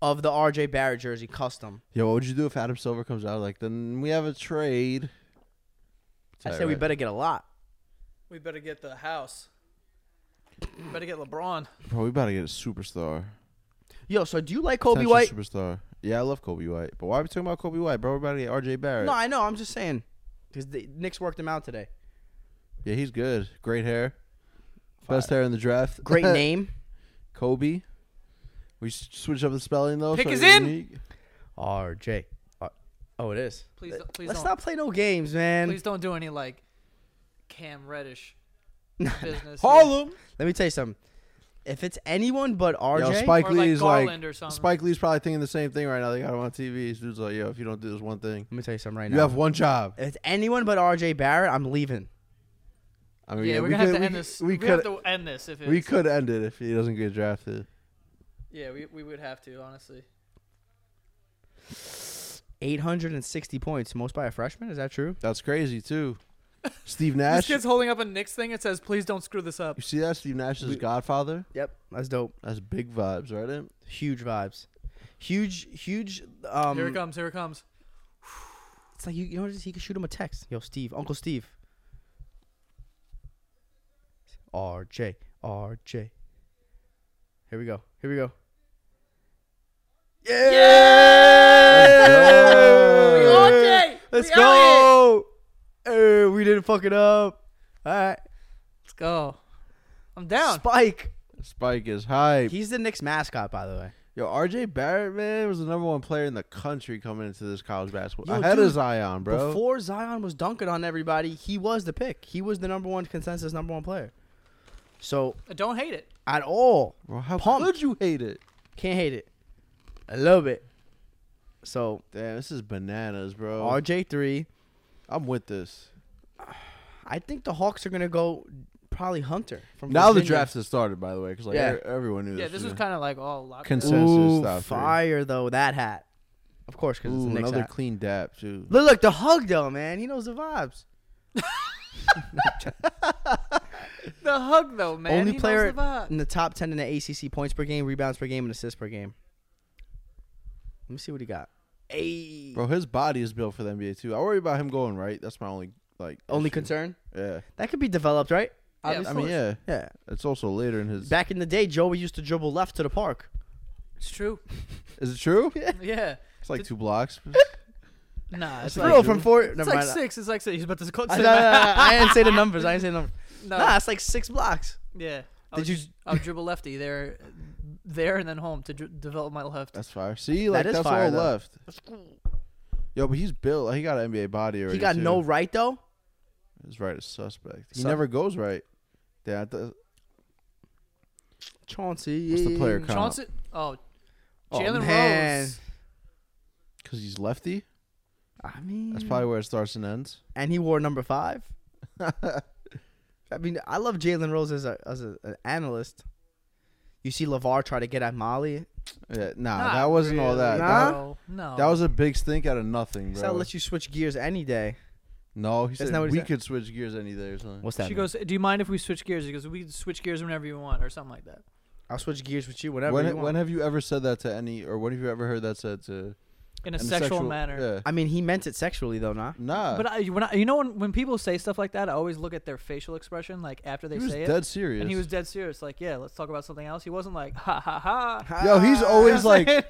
Speaker 3: of the RJ Barrett jersey, custom.
Speaker 2: Yo, what would you do if Adam Silver comes out like then we have a trade?
Speaker 3: I said we better get a lot.
Speaker 1: We better get the house. We better get LeBron.
Speaker 2: Bro, we about to get a superstar.
Speaker 3: Yo, so do you like Kobe
Speaker 2: Potential
Speaker 3: White?
Speaker 2: Superstar. Yeah, I love Kobe White. But why are we talking about Kobe White, bro? We're about to get RJ Barrett.
Speaker 3: No, I know. I'm just saying because the Knicks worked him out
Speaker 2: [laughs]
Speaker 3: today.
Speaker 2: Yeah, he's good. Great hair. Best hair in the draft. [laughs]
Speaker 3: Great name.
Speaker 2: Kobe. We s- switch up the spelling though.
Speaker 1: Pick
Speaker 2: so
Speaker 1: is
Speaker 2: it's
Speaker 1: in.
Speaker 2: unique.
Speaker 3: RJ. Uh, Oh, it is.
Speaker 1: Please, don't- please
Speaker 3: Let's
Speaker 1: don't.
Speaker 3: not play no games, man.
Speaker 1: Please don't do any like Cam
Speaker 2: [laughs]
Speaker 1: Reddish business. here.
Speaker 2: Harlem.
Speaker 3: Let me tell you something. If it's anyone but RJ,
Speaker 2: Yo, Spike
Speaker 1: Or
Speaker 2: Lee
Speaker 1: like
Speaker 2: is
Speaker 1: Garland
Speaker 2: like
Speaker 1: or something.
Speaker 2: Spike Lee's probably thinking the same thing right now. They got him on TV. This dude's like, yo, if you don't do this one thing,
Speaker 3: let me tell you something right
Speaker 2: you
Speaker 3: now.
Speaker 2: have one job.
Speaker 3: if it's anyone but RJ Barrett, I'm leaving.
Speaker 2: I mean,
Speaker 1: Yeah, we're
Speaker 2: we
Speaker 1: gonna
Speaker 2: could-
Speaker 1: have to
Speaker 2: we
Speaker 1: end
Speaker 2: could-
Speaker 1: this.
Speaker 2: We
Speaker 1: We
Speaker 2: could,
Speaker 1: have to end this if
Speaker 2: we
Speaker 1: it's.
Speaker 2: could end it if he doesn't get drafted.
Speaker 1: Yeah, we we would have to honestly.
Speaker 3: 860 points, most by a freshman. Is that true?
Speaker 2: That's crazy
Speaker 1: [laughs]
Speaker 2: too. Steve
Speaker 1: This
Speaker 2: Nash.
Speaker 1: kid's
Speaker 2: You
Speaker 1: holding up a Knicks thing. It says, "Please don't screw this up."
Speaker 2: see that Steve Nash is Godfather.
Speaker 3: Yep, that's dope.
Speaker 2: That's big vibes, right?
Speaker 3: Huge vibes. Huge, huge. Um,
Speaker 1: here it comes. Here it comes.
Speaker 3: It's like you, you know what it is? He could shoot him a text. Yo, Steve, Uncle Steve. RJ, RJ. Here we go. Here we go. Yeah!
Speaker 2: go!
Speaker 3: Let's go! Hey, we didn't fuck it up. All right.
Speaker 1: Let's go. I'm down.
Speaker 3: Spike.
Speaker 2: Spike is hype.
Speaker 3: He's the Knicks mascot, by the way.
Speaker 2: Yo, RJ Barrett, man, was the number one player in the country coming into this college basketball.
Speaker 3: Yo,
Speaker 2: Ahead of
Speaker 3: dude,
Speaker 2: Zion, bro.
Speaker 3: Before Zion was dunking on everybody, he was the pick. He was the number one consensus number one player. So
Speaker 1: I don't hate it.
Speaker 3: at all,
Speaker 2: Bro, how
Speaker 3: pumped.
Speaker 2: could you hate it?
Speaker 3: can't hate it. I love it. So
Speaker 2: Damn, this is bananas, bro.
Speaker 3: RJ three,
Speaker 2: I'm with this.
Speaker 3: I think the Hawks are gonna go probably Hunter from
Speaker 2: Now the
Speaker 3: Virginia.
Speaker 2: drafts has started, by the way, because like
Speaker 3: Yeah.
Speaker 2: e- everyone knew.
Speaker 1: Yeah,
Speaker 2: this
Speaker 1: this was kind of like oh, all locked. in.
Speaker 2: Cons- consensus
Speaker 3: Ooh,
Speaker 2: top three.
Speaker 3: fire though that hat. Of course, because it's
Speaker 2: Ooh,
Speaker 3: the Knicks
Speaker 2: another
Speaker 3: hat.
Speaker 2: clean dap too.
Speaker 3: Look, look, the hug though, man. He knows the vibes.
Speaker 1: the hug though, man.
Speaker 3: Only
Speaker 1: He knows
Speaker 3: player
Speaker 1: the vibe.
Speaker 3: in the top ten in the ACC points per game, rebounds per game, and assists per game. Let me see what he got. Hey,
Speaker 2: Bro, his body is built for the NBA too. I worry about him going right. That's my only like
Speaker 3: only
Speaker 2: issue.
Speaker 3: concern
Speaker 2: Yeah,
Speaker 3: that could be developed, right?
Speaker 1: Yeah, of
Speaker 2: I
Speaker 3: Obviously.
Speaker 2: mean, yeah.
Speaker 3: yeah.
Speaker 2: It's also later in his.
Speaker 3: Back in the day, Joey used to dribble left to the park.
Speaker 1: It's true. [laughs]
Speaker 2: Is it true?
Speaker 1: Yeah.
Speaker 2: It's like two
Speaker 3: [laughs]
Speaker 2: blocks.
Speaker 1: Nah, it's
Speaker 3: For
Speaker 1: like,
Speaker 3: real, from four. Never
Speaker 1: it's like
Speaker 3: mind.
Speaker 1: six. It's like six. He's about to go.
Speaker 3: I, no, no, no, no, [laughs] I didn't say the numbers. I didn't say the numbers.
Speaker 1: No.
Speaker 3: Nah, it's like six blocks.
Speaker 1: Yeah. I
Speaker 3: Did
Speaker 1: was
Speaker 3: you-
Speaker 1: just- I would dribble lefty there, there and then home to dr- develop my left.
Speaker 2: That's fire. See, like
Speaker 3: is
Speaker 2: that's
Speaker 3: fire,
Speaker 2: all
Speaker 3: though.
Speaker 2: left. Yo, but he's built. He got an NBA body already.
Speaker 3: He got
Speaker 2: too.
Speaker 3: no right though.
Speaker 2: His right is suspect. He
Speaker 3: Sus-
Speaker 2: never goes right. Yeah, I th-
Speaker 3: Chauncey.
Speaker 2: What's the player count?
Speaker 1: Chauncey. Oh,
Speaker 3: Oh,
Speaker 1: Jalen
Speaker 3: man.
Speaker 1: Rose.
Speaker 2: because he's lefty.
Speaker 3: I mean,
Speaker 2: That's probably where it starts and ends.
Speaker 3: and he wore number five. [laughs] I mean, I love Jalen Rose as a as a, an analyst. You see Lavar try to get at Molly.
Speaker 2: Yeah, nah,
Speaker 1: Not
Speaker 2: that wasn't all
Speaker 1: really.
Speaker 2: that.
Speaker 3: Nah?
Speaker 2: that.
Speaker 1: No, no.
Speaker 2: That was a big stink out of nothing,
Speaker 3: Um, So I'll
Speaker 2: bro.
Speaker 3: let you switch gears any day.
Speaker 2: no, he said
Speaker 3: not what he
Speaker 2: we
Speaker 3: said.
Speaker 2: could switch gears any day or something.
Speaker 3: What's that?
Speaker 1: She
Speaker 3: mean?
Speaker 1: goes, "Do you mind if we switch gears?" He goes, "We can switch gears whenever you want, or something like that."
Speaker 3: I'll switch gears with you whenever
Speaker 2: when,
Speaker 3: you want.
Speaker 2: when have you ever said that to any, or when have you ever heard that said to
Speaker 1: In a
Speaker 2: any
Speaker 1: sexual, manner.
Speaker 2: Yeah.
Speaker 3: I mean, he meant it sexually though, nah.
Speaker 2: Nah,
Speaker 1: But I, when I, you know, when, when people say stuff like that, I always look at their facial expression, like after they
Speaker 2: he was
Speaker 1: say
Speaker 2: dead
Speaker 1: it,
Speaker 2: serious.
Speaker 1: and he was dead serious. Like, yeah, let's talk about something else. He wasn't like, ha ha ha.
Speaker 2: Yo, he's always
Speaker 3: [laughs]
Speaker 1: You know what I'm
Speaker 2: like,
Speaker 1: saying?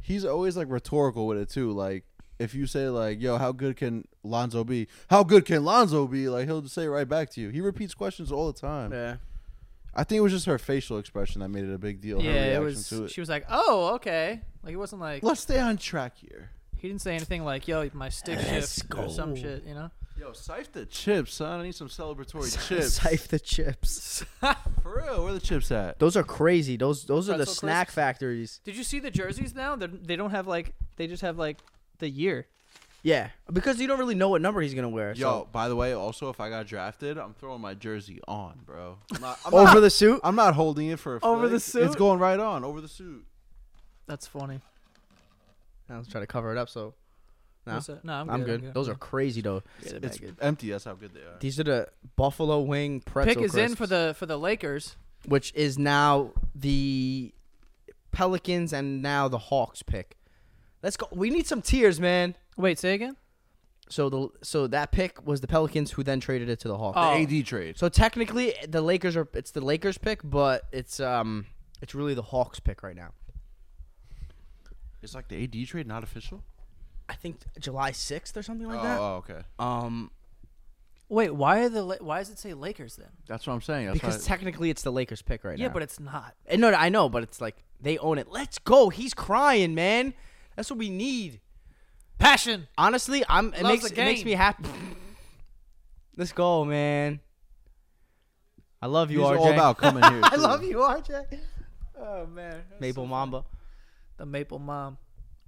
Speaker 2: he's always like rhetorical with it too. Like, if you say like, "Yo, how good can Lonzo be? How good can Lonzo be?" Like, he'll say it right back to you. He repeats questions all the time.
Speaker 3: Yeah.
Speaker 2: I think it was just her facial expression that made it a big deal. her
Speaker 1: yeah, it
Speaker 2: reaction
Speaker 1: was.
Speaker 2: To it.
Speaker 1: She was like, "Oh, okay." Like he wasn't like
Speaker 2: Let's stay on track here.
Speaker 1: he didn't say anything like, "Yo, my stick shift" or some
Speaker 3: go.
Speaker 1: shit. You know.
Speaker 2: Yo, sift the chips, son. I need some [laughs] celebratory chips.
Speaker 3: Sife the chips.
Speaker 1: [laughs]
Speaker 2: For real, where the chips at?
Speaker 3: Those are crazy. Those those are the
Speaker 1: Pretzel
Speaker 3: snack
Speaker 1: crisps?
Speaker 3: factories.
Speaker 1: Did you see the jerseys now? They're, they don't have like they just have like the year.
Speaker 3: Yeah, because you don't really know what number he's gonna wear.
Speaker 2: Yo,
Speaker 3: so-
Speaker 2: by the way, also if I got drafted, I'm throwing my jersey on, bro. I'm not, I'm
Speaker 3: over
Speaker 2: not-
Speaker 3: the suit.
Speaker 2: I'm not holding it for a
Speaker 1: Over the
Speaker 2: flick. It's
Speaker 1: suit?
Speaker 2: going right on over the suit.
Speaker 1: That's funny.
Speaker 3: I was trying to cover it up, so No.
Speaker 1: What's that? no I'm,
Speaker 3: I'm,
Speaker 1: good,
Speaker 3: good. Those are crazy though.
Speaker 1: Yeah, they're
Speaker 2: It's
Speaker 1: not good.
Speaker 2: empty. That's how good they are.
Speaker 3: These are the buffalo wing pretzel.
Speaker 1: Pick is in for
Speaker 3: crisps,
Speaker 1: the for the Lakers.
Speaker 3: which is now the Pelicans and now the Hawks pick. Let's go. We need some tears, man.
Speaker 1: Wait, say again.
Speaker 3: So the so that pick was the Pelicans, who then traded it to the Hawks.
Speaker 1: Oh.
Speaker 2: The AD trade.
Speaker 3: So technically, the Lakers are it's the Lakers pick, but it's um it's really the Hawks pick right now.
Speaker 2: It's like the AD trade not official?
Speaker 3: I think July sixth or something like
Speaker 2: oh,
Speaker 3: that.
Speaker 2: oh, okay.
Speaker 3: Um,
Speaker 1: Wait, why are the La- why does it say Lakers then?
Speaker 2: That's what I'm saying. That's
Speaker 3: because
Speaker 2: why
Speaker 3: technically it's the Lakers pick right now.
Speaker 1: Yeah, but it's not.
Speaker 3: And no, no, I know, but it's like they own it. Let's go. He's crying, man. That's what we need.
Speaker 1: Passion.
Speaker 3: Honestly, I'm. It
Speaker 1: Loves
Speaker 3: makes
Speaker 1: the
Speaker 3: it makes
Speaker 1: game.
Speaker 3: me happy. [laughs] Let's go, man. I love you,
Speaker 2: he's
Speaker 3: RJ.
Speaker 2: all about coming [laughs] here.
Speaker 3: I [laughs] love you, RJ.
Speaker 1: Oh man,
Speaker 3: Maple Mamba.
Speaker 1: the Maple Mom.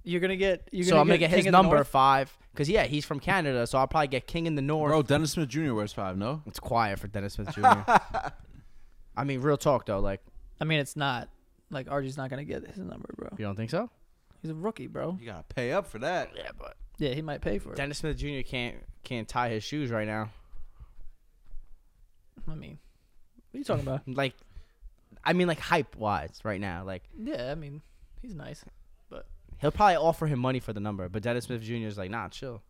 Speaker 1: You're gonna get. You're
Speaker 3: So
Speaker 1: gonna
Speaker 3: I'm gonna
Speaker 1: get
Speaker 3: get
Speaker 1: King
Speaker 3: his
Speaker 1: of the
Speaker 3: number
Speaker 1: North.
Speaker 3: five, cause yeah, he's from Canada, so I'll probably get King in the North.
Speaker 2: Bro, Dennis Smith Jr. wears five, no?
Speaker 3: It's quiet for Dennis Smith
Speaker 2: [laughs]
Speaker 3: Jr. I mean, real talk though, like
Speaker 1: I mean, it's not. Like RG's not gonna get his number, bro.
Speaker 3: you don't think so?
Speaker 1: He's a rookie, bro.
Speaker 2: You gotta pay up for that.
Speaker 3: Yeah, but
Speaker 1: Yeah, he might pay for it.
Speaker 3: Dennis Smith Jr. can't can't tie his shoes right now.
Speaker 1: I mean, what are you talking about?
Speaker 3: Like, I mean, like hype wise, right now, like
Speaker 1: yeah, I mean, he's nice.
Speaker 3: he'll probably offer him money for the number, but Dennis Smith Jr. is like, nah, chill.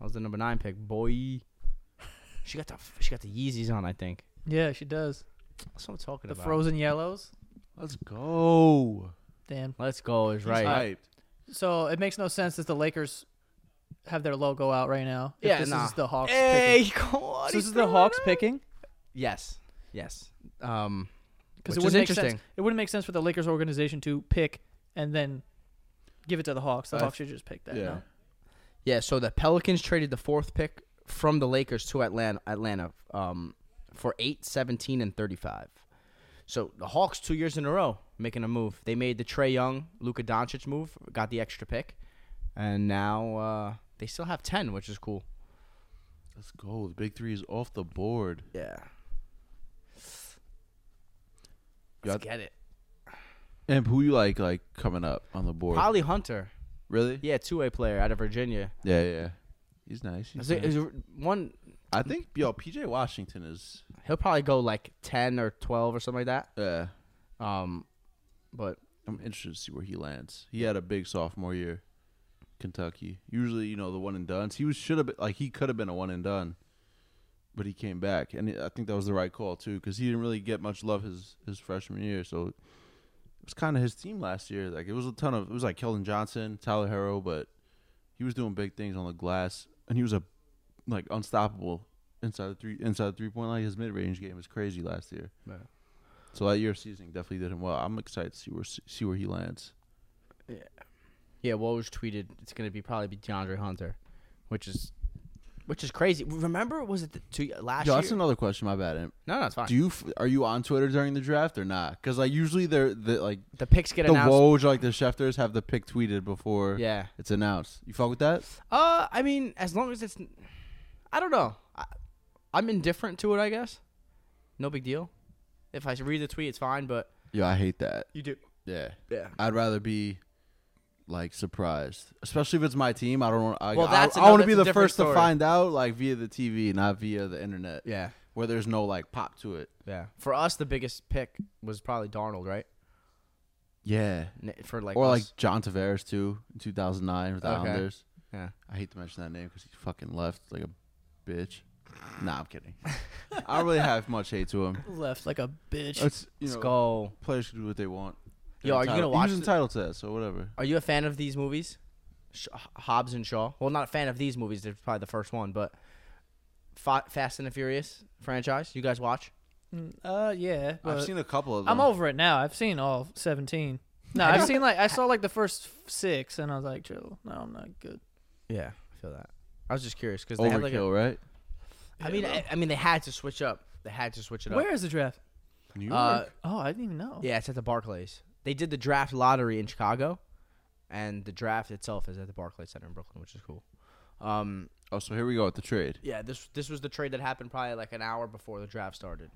Speaker 3: I was the number nine pick, boy. She got the she got the Yeezys on, I think.
Speaker 1: Yeah, she does.
Speaker 3: That's what I'm talking
Speaker 1: The
Speaker 3: about.
Speaker 1: frozen yellows.
Speaker 2: Let's go.
Speaker 1: Damn.
Speaker 3: Let's go is right.
Speaker 2: Hyped.
Speaker 1: So it makes no sense that the Lakers have their logo out right now. if
Speaker 3: Yeah,
Speaker 1: this
Speaker 3: nah.
Speaker 1: is the Hawks.
Speaker 3: hey,
Speaker 1: picking.
Speaker 3: [laughs] come on.
Speaker 1: So this
Speaker 3: he's
Speaker 1: is the
Speaker 3: throwing
Speaker 1: Hawks
Speaker 3: it out.
Speaker 1: picking
Speaker 3: Yes. Yes. Um,
Speaker 1: because
Speaker 3: Which
Speaker 1: it
Speaker 3: is
Speaker 1: wouldn't make
Speaker 3: interesting.
Speaker 1: sense. It wouldn't make sense for the Lakers organization to pick and then give it to the Hawks. The
Speaker 2: I-
Speaker 1: Hawks should just pick that.
Speaker 2: yeah.
Speaker 1: no?
Speaker 3: Yeah, so the Pelicans traded the fourth pick from the Lakers to Atlanta, Atlanta um, for 8, 17, and 35. So the Hawks, two years in a row, making a move. They made the Trey Young, Luka Doncic move, got the extra pick, and now uh, they still have 10, which is cool.
Speaker 2: Let's go. The big three is off the board.
Speaker 3: Yeah.
Speaker 2: Got-
Speaker 3: Let's get it.
Speaker 2: And who you like like coming up on the board?
Speaker 3: Probably Hunter.
Speaker 2: Really?
Speaker 3: Yeah, two way player out of Virginia.
Speaker 2: Yeah, yeah. He's nice. he's
Speaker 3: Is it-
Speaker 2: nice.
Speaker 3: is it one,
Speaker 2: I think yo PJ Washington is.
Speaker 3: he'll probably go like 10 or 12 or something like that.
Speaker 2: Uh,
Speaker 3: Um, but
Speaker 2: I'm interested to see where he lands. He had a big sophomore year, Kentucky. Usually, you know, the one and done. He was should have been like he could have been a one and done, but he came back, and I think that was the right call too because he didn't really get much love his his freshman year. So it was kind of his team last year. Like it was a ton of it was like Keldon Johnson, Tyler Harrow, but he was doing big things on the glass, and he was a like unstoppable inside the three inside the three point line. His mid range game was crazy last year. So that year of seasoning definitely did him well. I'm excited to see where see where he lands.
Speaker 3: Yeah, Woj tweeted it's going to be probably be DeAndre Hunter, which is which is crazy. Remember, was it the two last
Speaker 2: Yo,
Speaker 3: year?
Speaker 2: that's another question. My bad.
Speaker 3: no, no, it's fine.
Speaker 2: Do you f- are you on Twitter during the draft or not? Because like usually they're the like
Speaker 3: the picks get
Speaker 2: the
Speaker 3: announced.
Speaker 2: Woj like the Schefters have the pick tweeted before
Speaker 3: Yeah.
Speaker 2: it's announced. You fuck with that?
Speaker 3: Uh, I mean, as long as it's, I don't know. I, I'm indifferent to it, I guess. No big deal. If I read the tweet, it's fine. But
Speaker 2: Yeah, I hate that.
Speaker 3: you do.
Speaker 2: Yeah,
Speaker 3: Yeah.
Speaker 2: I'd rather be like surprised, especially if it's my team. I don't want. I,
Speaker 3: Well,
Speaker 2: I-
Speaker 3: that's
Speaker 2: I,
Speaker 3: another-
Speaker 2: want to be
Speaker 3: that's a
Speaker 2: the
Speaker 3: different
Speaker 2: first to
Speaker 3: story.
Speaker 2: find out like via the TV, not via the internet.
Speaker 3: Yeah.
Speaker 2: where there's no like pop to it.
Speaker 3: Yeah. For us, the biggest pick was probably Darnold, right?
Speaker 2: Yeah,
Speaker 3: N- For like,
Speaker 2: or like
Speaker 3: us.
Speaker 2: John Tavares too, in 2009 with the
Speaker 3: Okay.
Speaker 2: Islanders.
Speaker 3: yeah.
Speaker 2: I hate to mention that name because he fucking left like a bitch. Nah, I'm kidding. I don't really have much hate to him.
Speaker 1: Left like a bitch.
Speaker 2: [laughs] It's you
Speaker 3: Let's
Speaker 2: know,
Speaker 3: go.
Speaker 2: players can do what they want.
Speaker 3: Yo, are you
Speaker 2: Entitled-
Speaker 3: gonna watch
Speaker 2: He was
Speaker 3: the-
Speaker 2: entitled to that, so whatever.
Speaker 3: Are you a fan of these movies, Sh- Hobbs and Shaw? Well, not a fan of these movies. They're probably the first one, but Fa- Fast and the Furious franchise. You guys watch?
Speaker 1: Mm, uh, yeah. but
Speaker 2: I've seen a couple of them.
Speaker 1: I'm over it now. I've seen all
Speaker 2: [laughs]
Speaker 1: 17. No, I've seen like I saw like the first six, and I was like, chill. No, I'm not good.
Speaker 3: Yeah, I feel that. I was just curious because they had
Speaker 2: Overkill,
Speaker 3: like a,
Speaker 2: right?
Speaker 3: I mean, I, I mean, they had to switch up. They had to switch it
Speaker 2: Oh.
Speaker 3: up.
Speaker 1: Where is the draft?
Speaker 2: New York.
Speaker 3: Uh,
Speaker 1: Oh, I didn't even know.
Speaker 3: yeah, it's at the Barclays. They did the draft lottery in Chicago, and the draft itself is at the Barclays Center in Brooklyn, which is cool. Um,
Speaker 2: oh, so here we go with the trade.
Speaker 3: yeah, this this was the trade that happened probably like an hour before the draft started,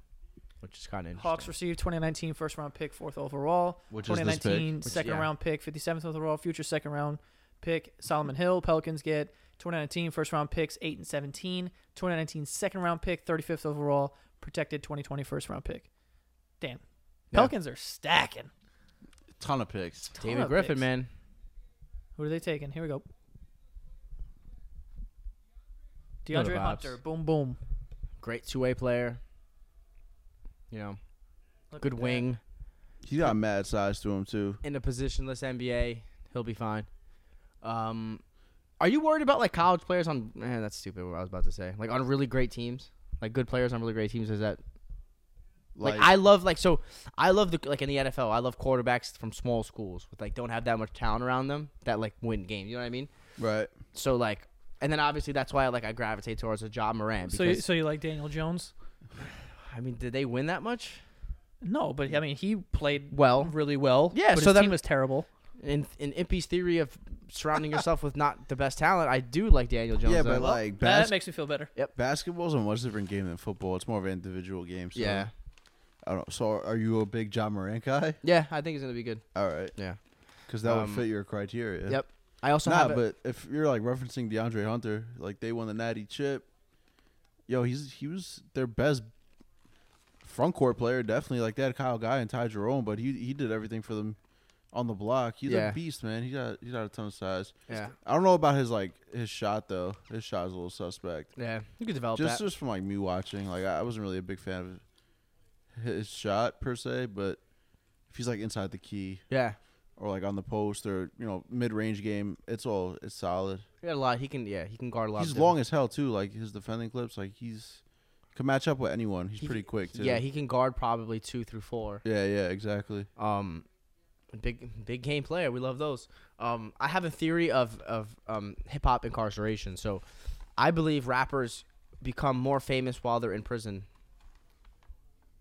Speaker 3: which is kind of interesting.
Speaker 1: Hawks received 2019 first round pick, fourth overall.
Speaker 2: Which is this pick.
Speaker 1: 2019
Speaker 2: Which-
Speaker 1: second
Speaker 3: yeah.
Speaker 1: round pick, 57th overall, future second round pick, Solomon Hill. Pelicans get 2019 first round picks, 8 and 17. 2019 second round pick, 35th overall, protected 2020 first round pick. Damn.
Speaker 3: Yeah.
Speaker 1: Pelicans are stacking.
Speaker 2: Ton of picks.
Speaker 1: Ton
Speaker 3: David
Speaker 1: of
Speaker 3: Griffin,
Speaker 1: picks.
Speaker 3: man.
Speaker 1: Who are they taking? Here we go.
Speaker 3: Know the
Speaker 1: DeAndre
Speaker 3: vibes.
Speaker 1: Hunter. Boom, boom.
Speaker 3: great two way player. You know,
Speaker 1: Look
Speaker 3: good
Speaker 1: at that.
Speaker 3: wing
Speaker 2: He got mad size to him too.
Speaker 3: in a positionless NBA. He'll be fine. Um, are you worried about like college players on? Man, that's stupid. What I was about to say, like on really great teams, like good players on really great teams. Is that like, I love like so? I love the like in the NFL. I love quarterbacks from small schools with like don't have that much talent around them that like win games. You know what I mean?
Speaker 2: right.
Speaker 3: So like, and then obviously that's why like I gravitate towards a job Moran.
Speaker 1: So you,
Speaker 3: Because,
Speaker 1: so you like Daniel Jones?
Speaker 3: I mean, did they win that much?
Speaker 1: No, but I mean he played
Speaker 3: Well.
Speaker 1: really well.
Speaker 3: Yeah,
Speaker 1: but
Speaker 3: so
Speaker 1: his
Speaker 3: that-
Speaker 1: team was terrible.
Speaker 3: in in Impy's theory of
Speaker 2: [laughs]
Speaker 3: surrounding yourself with not the best talent, I do like Daniel Jones.
Speaker 2: Yeah,
Speaker 3: though.
Speaker 2: but like
Speaker 1: That
Speaker 2: bas-
Speaker 1: makes me feel better.
Speaker 2: basketball's a much different game than football. It's more of an individual game. So
Speaker 3: yeah,
Speaker 2: I don't. So are you a big John Morant guy?
Speaker 3: yeah, I think it's gonna be good.
Speaker 2: All right,
Speaker 3: Yeah.
Speaker 2: because that
Speaker 3: Um,
Speaker 2: would fit your criteria.
Speaker 3: Yep. I also
Speaker 2: nah,
Speaker 3: have. a-
Speaker 2: but if you're like referencing DeAndre Hunter, like they won the Natty Chip. Yo, he's he was their best front court player, definitely. Like they had Kyle Guy and Ty Jerome, but he he did everything for them on the block. He's
Speaker 3: Yeah.
Speaker 2: a beast, man. He got he's got a ton of size.
Speaker 3: Yeah.
Speaker 2: I don't know about his like his shot though. His shot is a little suspect.
Speaker 3: Yeah, you could develop
Speaker 2: Just
Speaker 3: that.
Speaker 2: just from like me watching, like I I wasn't really a big fan of his shot per se, but if he's like inside the key
Speaker 3: yeah,
Speaker 2: or like on the post or you know mid range game, it's all it's solid.
Speaker 3: he had a lot. He can yeah, he can guard a lot.
Speaker 2: He's
Speaker 3: of
Speaker 2: long as hell too. Like his defending clips, like he's can match up with anyone. He's
Speaker 3: He-
Speaker 2: pretty quick too.
Speaker 3: different- Yeah, he can guard probably two through four.
Speaker 2: yeah, yeah, exactly.
Speaker 3: Um, big big game player. We love those. Um, I have a theory of of um, hip hop incarceration. So, I believe rappers become more famous while they're in prison.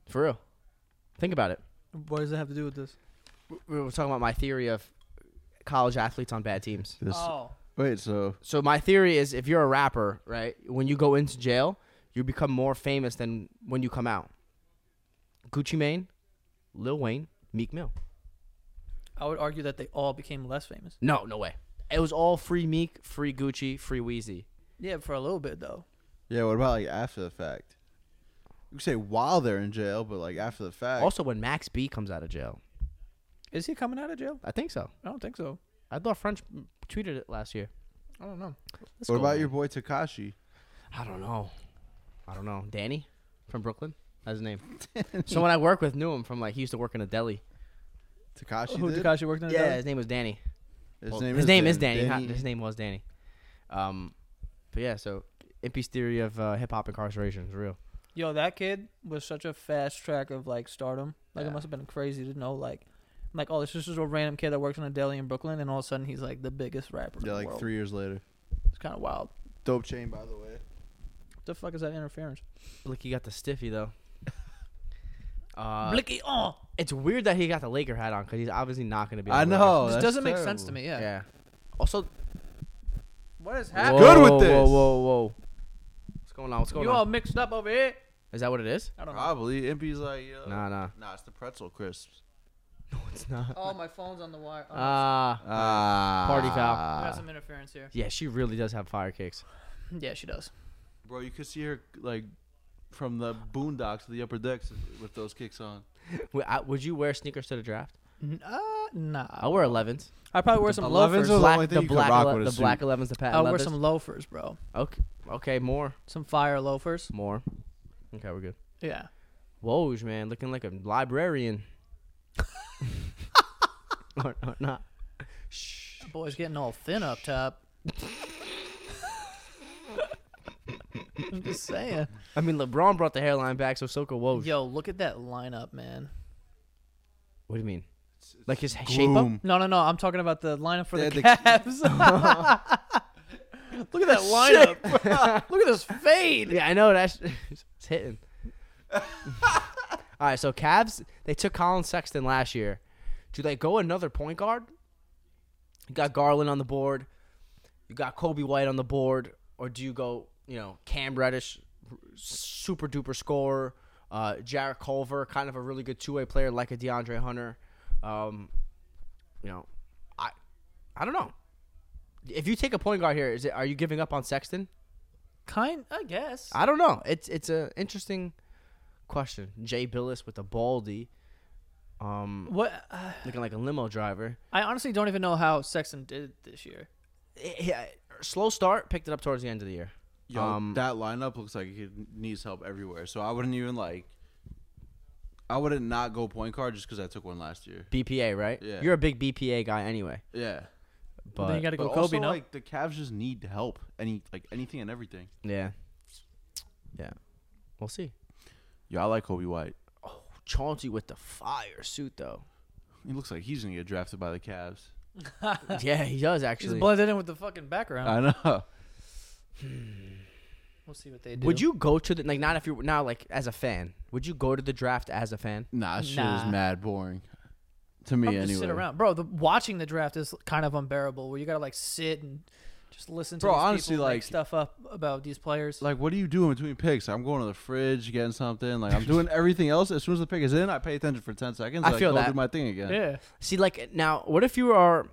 Speaker 3: For real, think about it.
Speaker 1: What does that have to do with this?
Speaker 3: We were talking about my theory of college athletes on bad teams.
Speaker 2: This,
Speaker 1: Oh,
Speaker 2: Wait, so
Speaker 3: So my theory is, if you're a rapper, right, when you go into jail, you become more famous than when you come out. Gucci Mane, Lil Wayne, Meek Mill.
Speaker 1: I would argue that they all became less famous.
Speaker 3: No, no way. It was all free Meek, free Gucci, free Wheezy.
Speaker 1: Yeah, for a little bit though.
Speaker 2: yeah, what about like after the fact? You could say while they're in jail, but like after the fact.
Speaker 3: Also, when Max B comes out of jail,
Speaker 1: Is he coming out of jail?
Speaker 3: I think so.
Speaker 1: I don't think so.
Speaker 3: I thought French tweeted it last year.
Speaker 1: I don't know.
Speaker 3: Let's
Speaker 2: what
Speaker 3: go,
Speaker 2: about
Speaker 3: man.
Speaker 2: your boy Takashi?
Speaker 3: I don't know. I don't know. Danny from Brooklyn. That's his
Speaker 1: [laughs]
Speaker 3: name. Someone I work with knew him from like he used to work in a deli.
Speaker 2: Takashi
Speaker 1: Who
Speaker 2: did.
Speaker 1: Takashi worked on?
Speaker 3: Yeah, his name was Danny.
Speaker 2: His
Speaker 3: Well,
Speaker 2: name
Speaker 3: his
Speaker 2: is
Speaker 3: name
Speaker 2: Dan-
Speaker 3: is Danny. not-
Speaker 2: Danny.
Speaker 3: his name was Danny. Um, but yeah, so Impy's theory of uh, hip hop incarceration is real.
Speaker 1: Yo, that kid was such a fast track of like stardom. Like
Speaker 3: Yeah.
Speaker 1: it must have been crazy to know like, like oh, this is just a random kid that works in a deli in Brooklyn, and all of a sudden he's like the biggest rapper. in
Speaker 2: Yeah,
Speaker 1: the
Speaker 2: like
Speaker 1: world.
Speaker 2: three years later.
Speaker 1: It's kind of wild.
Speaker 2: Dope chain, by the way.
Speaker 1: What the fuck is that interference?
Speaker 3: Blicky got the
Speaker 2: [laughs]
Speaker 3: stiffy though. Uh,
Speaker 1: Blicky, oh,
Speaker 3: it's weird that he got the Laker hat on because he's obviously not going to be. on
Speaker 2: I
Speaker 3: the Lakers.
Speaker 2: know.
Speaker 1: this
Speaker 2: Oh, that's
Speaker 1: doesn't make sense to
Speaker 2: terrible.
Speaker 1: me. Yeah.
Speaker 3: Yeah. Also,
Speaker 1: What is
Speaker 3: whoa,
Speaker 1: happening?
Speaker 2: Good with
Speaker 3: whoa,
Speaker 2: this.
Speaker 3: Whoa, whoa, whoa. What's going on? What's going
Speaker 1: You all
Speaker 3: on?
Speaker 1: mixed up over here.
Speaker 3: Is that what it is?
Speaker 1: I don't know.
Speaker 2: Probably. Impy's like, yo.
Speaker 3: Nah, nah.
Speaker 2: Nah, it's the pretzel crisps.
Speaker 3: No, [laughs] it's not.
Speaker 1: Oh, my phone's on the wire. Oh,
Speaker 3: Ah.
Speaker 2: Ah.
Speaker 3: Party foul.
Speaker 1: we got some interference here.
Speaker 3: yeah, she really does have fire kicks.
Speaker 1: [laughs] Yeah, she does.
Speaker 2: Bro, you could see her, like, from the boondocks to the upper decks with those kicks on.
Speaker 3: Would, I, would you wear sneakers to the draft?
Speaker 1: N- uh,
Speaker 3: I
Speaker 1: nah.
Speaker 3: wear 11s.
Speaker 1: I probably wear some
Speaker 2: 11s
Speaker 1: loafers.
Speaker 2: are the
Speaker 3: black,
Speaker 2: only thing
Speaker 3: the
Speaker 2: you could
Speaker 3: black,
Speaker 2: rock
Speaker 3: ele-
Speaker 2: with a
Speaker 3: the
Speaker 2: suit.
Speaker 3: black 11s, the patent
Speaker 1: I wear
Speaker 3: leathers.
Speaker 1: some loafers, bro.
Speaker 3: Okay, okay, more,
Speaker 1: Some fire loafers.
Speaker 3: more. Okay, we're good.
Speaker 1: Yeah.
Speaker 3: Woj, man, looking like a
Speaker 1: [laughs]
Speaker 3: librarian. or, or not.
Speaker 1: Boy's getting all thin up top. I'm just saying.
Speaker 3: I mean, LeBron brought the hairline back, so so could Woj.
Speaker 1: Yo, look at that lineup, man.
Speaker 3: What do you mean? Like his shape up?
Speaker 2: Gloom.
Speaker 1: No, no, no. I'm talking about the lineup for
Speaker 2: They
Speaker 1: the
Speaker 2: had [laughs]
Speaker 1: Cavs. [laughs] look at that lineup. bro. [laughs] look at this fade.
Speaker 3: Yeah, I know that's [laughs] it's hitting. All right, so Cavs they took Colin Sexton last year. Do they go another point guard? You got Garland on the board. You got Kobe White on the board, or do you go you know Cam Reddish, super duper scorer, uh, Jarrett Culver, kind of a really good two way player like a DeAndre Hunter. Um, you know, I I don't know. If you take a point guard here, is it are you giving up on Sexton?
Speaker 1: Kind, I guess.
Speaker 3: I don't know. It's it's a interesting question. Jay Billis with the baldy, um,
Speaker 1: What? Uh,
Speaker 3: looking like a limo driver.
Speaker 1: I honestly don't even know how Sexton did this year.
Speaker 3: Eh, eh, slow start, picked it up towards the end of the year.
Speaker 2: Yo,
Speaker 3: Um,
Speaker 2: that lineup looks like it needs help everywhere. So I wouldn't even, like, I wouldn't not go point guard just because I took one last year.
Speaker 3: BPA, right?
Speaker 2: Yeah.
Speaker 3: You're a big BPA guy anyway.
Speaker 2: Yeah.
Speaker 3: But
Speaker 1: then you got to
Speaker 2: But
Speaker 1: go
Speaker 2: also,
Speaker 1: Kobe, no?
Speaker 2: like, the Cavs just need help. Any, like, anything and everything.
Speaker 3: yeah, yeah, we'll see.
Speaker 2: Yo, I like Kobe White.
Speaker 3: Oh, Chauncey with the fire suit
Speaker 1: [laughs]
Speaker 3: though.
Speaker 2: He looks like he's going to get drafted by the Cavs.
Speaker 3: yeah, he does
Speaker 1: He's
Speaker 3: actually.
Speaker 1: blended in with the fucking background.
Speaker 2: I know. [laughs]
Speaker 1: we'll see what they do.
Speaker 3: Would you go to the like not if you're now like as a fan? Would you go to the draft as a fan?
Speaker 2: Nah, shit is
Speaker 1: Nah.
Speaker 2: mad boring. To me,
Speaker 1: Probably
Speaker 2: anyway.
Speaker 1: just sit around, bro. The watching the draft is kind of unbearable. Where you gotta like sit and just listen to
Speaker 2: Bro,
Speaker 1: these people
Speaker 2: honestly,
Speaker 1: make
Speaker 2: like-
Speaker 1: stuff up about these players.
Speaker 2: Like, what do you do in between picks? I'm going to the fridge, getting something. Like, I'm doing everything else. As soon as the pick is in, I pay attention for ten seconds.
Speaker 3: I
Speaker 2: and
Speaker 3: feel
Speaker 2: go
Speaker 3: that.
Speaker 2: do my thing again.
Speaker 1: yeah,
Speaker 3: See, like now, what if you are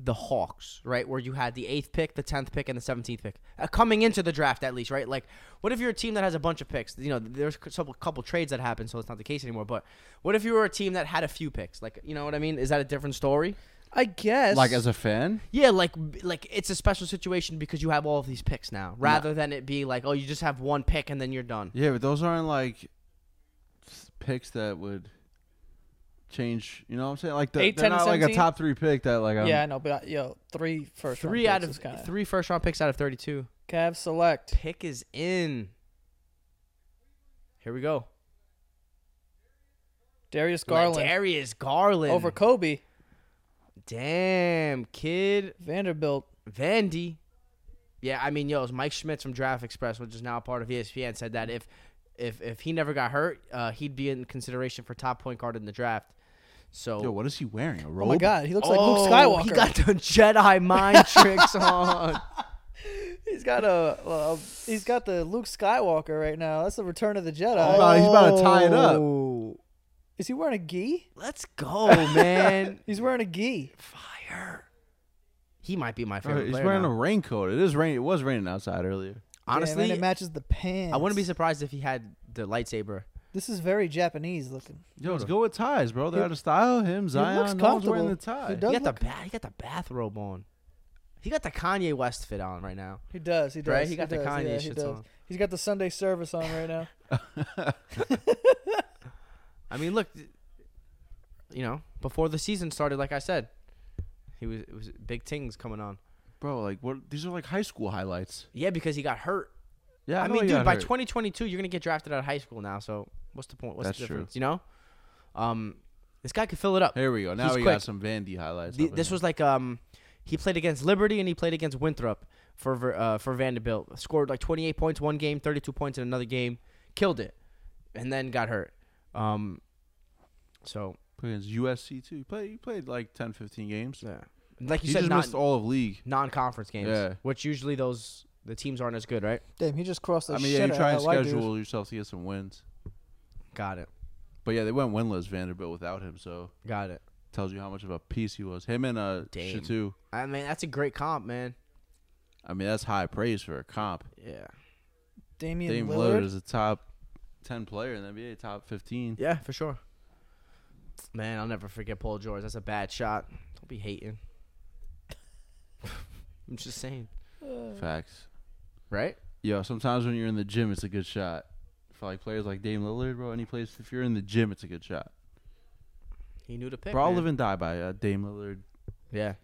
Speaker 3: the Hawks, right? Where you had the eighth pick, the tenth pick, and the seventeenth pick uh, coming into the draft, at least, right? Like, what if you're a team that has a bunch of picks? You know, there's a couple, couple trades that happen, so it's not the case anymore. But what if you were a team that had a few picks? Like, you know what I mean? Is that a different story?
Speaker 1: I guess.
Speaker 2: Like as a fan,
Speaker 3: Yeah, like like it's a special situation because you have all of these picks now, rather than it be like, oh, you just have one pick and then you're done.
Speaker 2: yeah, but those aren't like s- picks that would change. You know what I'm saying? Like the,
Speaker 1: Eight,
Speaker 2: they're
Speaker 1: 10, and
Speaker 2: not like a
Speaker 1: 17?
Speaker 2: top three pick that like. i
Speaker 1: yeah, I know, but uh, yo, three first.
Speaker 3: Three
Speaker 1: round
Speaker 3: out
Speaker 1: picks
Speaker 3: of
Speaker 1: is kinda-
Speaker 3: three first round picks out of thirty two.
Speaker 1: Cavs select.
Speaker 3: Pick is in. Here we go.
Speaker 1: Darius Garland
Speaker 3: Darius Garland.
Speaker 1: over Kobe
Speaker 3: Damn, kid.
Speaker 1: Vanderbilt.
Speaker 3: Vandy. Yeah, I mean, yo, it's Mike Schmitz from Draft Express, which is now a part of E ESPN, said that if if if he never got hurt, uh, he'd be in consideration for top point guard in the draft. So
Speaker 2: Yo, what is he wearing? A robe?
Speaker 1: Oh my God, he looks like
Speaker 3: Oh,
Speaker 1: Luke Skywalker.
Speaker 3: He got the [laughs] Jedi mind tricks on.
Speaker 1: [laughs] he's got a, a he's got the Luke Skywalker right now. That's the Return of the Jedi.
Speaker 2: about- he's about to tie it up.
Speaker 3: Oh.
Speaker 1: Is he wearing a gi?
Speaker 3: Let's go, man.
Speaker 1: He's wearing a gi.
Speaker 3: [laughs] Fire. He might be my
Speaker 2: All
Speaker 3: favorite
Speaker 2: right, he's
Speaker 3: player
Speaker 2: wearing
Speaker 3: now.
Speaker 2: a raincoat. It is rain. It was raining outside earlier.
Speaker 1: Damn, and
Speaker 3: Honestly,
Speaker 1: it matches the pants.
Speaker 3: I wouldn't be surprised if he had the lightsaber.
Speaker 1: This is very Japanese looking.
Speaker 2: Yo, let's go with ties, bro. They're out of style. Him, Zion.
Speaker 1: looks
Speaker 2: no one's wearing the
Speaker 1: comfortable.
Speaker 2: tie.
Speaker 1: He does.
Speaker 3: he got
Speaker 1: look-
Speaker 3: the ba- he got the bathrobe on. He got the Kanye West fit on right now.
Speaker 1: He does. He does.
Speaker 3: Right, he got the
Speaker 1: does,
Speaker 3: Kanye
Speaker 1: yeah, he
Speaker 3: shits
Speaker 1: does.
Speaker 3: on.
Speaker 1: He's got the Sunday service on right now.
Speaker 3: I mean, look, th- you know, before the season started, like I said, he was it was big things coming on.
Speaker 2: Bro, like what? These are like high school highlights.
Speaker 3: Yeah, because he got hurt.
Speaker 2: Yeah,
Speaker 3: I,
Speaker 2: know
Speaker 3: mean,
Speaker 2: he
Speaker 3: dude,
Speaker 2: got
Speaker 3: by
Speaker 2: hurt.
Speaker 3: 2022, you're gonna get drafted out of high school now. So what's the point? What's
Speaker 2: That's
Speaker 3: the
Speaker 2: true.
Speaker 3: difference? You know, um, this guy could fill it up.
Speaker 2: Here we go. Now
Speaker 3: He's
Speaker 2: we
Speaker 3: quick.
Speaker 2: got some Vandy highlights.
Speaker 3: The-
Speaker 2: up in
Speaker 3: this
Speaker 2: here.
Speaker 3: was like um, he played against Liberty and he played against Winthrop for Ver- uh, for Vanderbilt. Scored like 28 points one game, 32 points in another game, killed it, and then got hurt. Um, so
Speaker 2: Played against USC too. He played, he played like 10, 15 games.
Speaker 3: yeah, like you
Speaker 2: he
Speaker 3: said,
Speaker 2: just
Speaker 3: not
Speaker 2: missed all of league.
Speaker 3: non-conference games,
Speaker 2: Yeah.
Speaker 3: which usually those the teams aren't as good, right?
Speaker 1: [laughs] Damn, he just crossed the
Speaker 2: I mean, yeah,
Speaker 1: shit
Speaker 2: you
Speaker 1: out
Speaker 2: try and
Speaker 1: of that white dude.
Speaker 2: schedule yourself to get some wins.
Speaker 3: Got it,
Speaker 2: But yeah, they went winless Vanderbilt without him, so
Speaker 3: got it.
Speaker 2: tells you how much of a piece he was. Him and uh
Speaker 3: Dame.
Speaker 2: Shatu.
Speaker 3: I mean, that's a great comp, man.
Speaker 2: I mean, that's high praise for a comp.
Speaker 3: Yeah,
Speaker 1: Damian
Speaker 2: Dame
Speaker 1: Lillard.
Speaker 2: Lillard is a top ten player in the NBA, top fifteen.
Speaker 3: yeah, for sure. Man, I'll never forget Paul George. That's a bad shot. Don't be [laughs] hating. I'm just saying,
Speaker 2: Facts.
Speaker 3: right?
Speaker 2: Yo, sometimes when you're in the gym, it's a good shot. For like players like Dame Lillard, bro, any place if you're in the gym, it's a good shot.
Speaker 3: He knew to pick.
Speaker 2: Bro, I'll
Speaker 3: man.
Speaker 2: live and die by uh, Dame Lillard
Speaker 3: Yeah.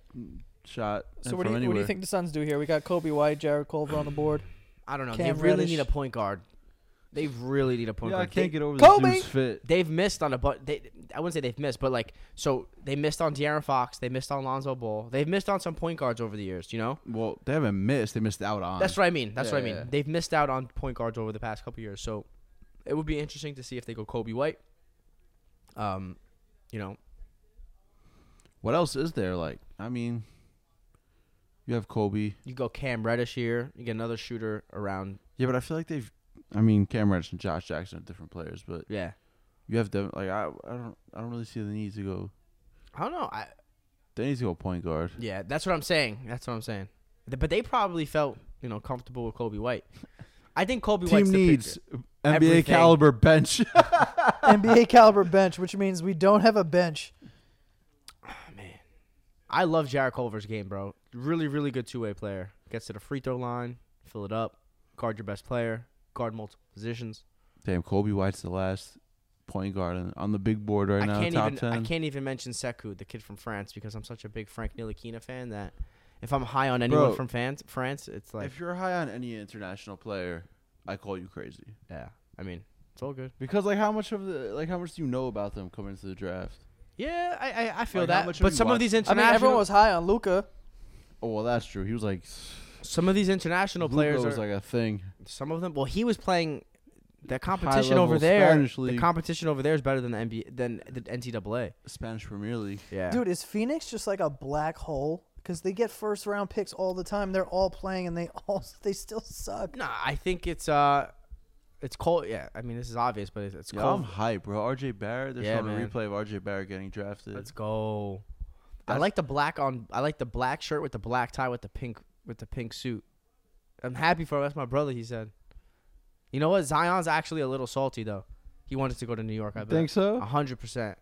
Speaker 2: shot.
Speaker 1: So
Speaker 2: and
Speaker 1: what do, you,
Speaker 2: from
Speaker 1: what do you
Speaker 2: anywhere.
Speaker 1: think the Suns do here? We got Kobe White, Jared Culver on the [laughs] board.
Speaker 3: I don't know.
Speaker 1: Cam
Speaker 3: they really
Speaker 1: Reddish.
Speaker 3: need a point guard. They really need a point
Speaker 2: Yeah, I
Speaker 3: guard.
Speaker 2: can't
Speaker 3: they,
Speaker 2: get over
Speaker 1: Kobe!
Speaker 2: this dude's fit.
Speaker 3: they've missed on a but they I wouldn't say they've missed, but like so they missed on De'Aaron Fox, they missed on Lonzo Ball, they've missed on some point guards over the years, you know?
Speaker 2: Well, they haven't missed. They missed out on.
Speaker 3: That's what I mean. That's what I
Speaker 2: Yeah,
Speaker 3: mean.
Speaker 2: yeah.
Speaker 3: They've missed out on point guards over the past couple years. So it would be interesting to see if they go Kobe White. Um, you know,
Speaker 2: What else is there? Like, I mean, you have Kobe.
Speaker 3: you go Cam Reddish here, you get another shooter around.
Speaker 2: Yeah, but I feel like they've. I mean, Cam Reddish and Josh Jackson are different players, but
Speaker 3: Yeah.
Speaker 2: you have them. Like, I, I don't, I don't really see the need to go.
Speaker 3: I don't know. I
Speaker 2: They need to go point guard.
Speaker 3: Yeah, that's what I'm saying. That's what I'm saying. Th- But they probably felt, you know, comfortable with Kobe White. I think Kobe White's
Speaker 2: Team
Speaker 3: the
Speaker 2: needs NBA
Speaker 3: Everything.
Speaker 2: caliber bench. [laughs]
Speaker 1: NBA caliber bench, which means we don't have a bench.
Speaker 3: picture. Ah, man. I love Jared Culver's game, bro. Really, really good two way player. Gets to the free throw line, fill it up, guard your best player, guard multiple positions.
Speaker 2: Damn, Kobe White's the last point guard on, on the big board right
Speaker 3: I
Speaker 2: now.
Speaker 3: can't
Speaker 2: top
Speaker 3: even
Speaker 2: ten.
Speaker 3: I can't even mention Sekou, the kid from France, because I'm such a big Frank Ntilikina fan that if I'm high on anyone
Speaker 2: Bro.
Speaker 3: from France, France, it's like
Speaker 2: if you're high on any international player, I call you crazy.
Speaker 3: yeah. I mean, it's all good.
Speaker 2: Because like, how much of the like, how much do you know about them coming into the draft?
Speaker 3: Yeah, I I, I feel
Speaker 2: Like, how
Speaker 3: that.
Speaker 2: much have
Speaker 3: But
Speaker 2: you
Speaker 3: some of
Speaker 2: watched?
Speaker 3: these
Speaker 1: I
Speaker 3: international
Speaker 1: mean, everyone was high on Luca.
Speaker 2: Oh well, that's true. He was like,
Speaker 3: some of these international
Speaker 2: Luka
Speaker 3: players are
Speaker 2: was like a thing.
Speaker 3: Some of them. Well, he was playing. The competition over
Speaker 2: level
Speaker 3: there,
Speaker 2: Spanish
Speaker 3: the
Speaker 2: league.
Speaker 3: competition over there is better than the NBA than the NCAA.
Speaker 2: Spanish Premier League.
Speaker 3: Yeah,
Speaker 1: Dude, is Phoenix just like a black hole? Because they get first round picks all the time. They're all playing and they [laughs] all they still suck.
Speaker 3: Nah, I think it's uh, it's cold. Yeah, I mean this is obvious, but it's, it's
Speaker 2: Yo, I'm
Speaker 3: cold.
Speaker 2: hype, bro. RJ Barrett. They're
Speaker 3: Yeah,
Speaker 2: showing a
Speaker 3: man.
Speaker 2: replay of RJ Barrett getting drafted.
Speaker 3: Let's go. I like the black on. I like the black shirt with the black tie with the pink with the pink suit. I'm happy for him. That's my brother. He said. You know what? Zion's actually a little salty though. He wanted to go to New York. I bet.
Speaker 2: Think so?
Speaker 3: A hundred percent.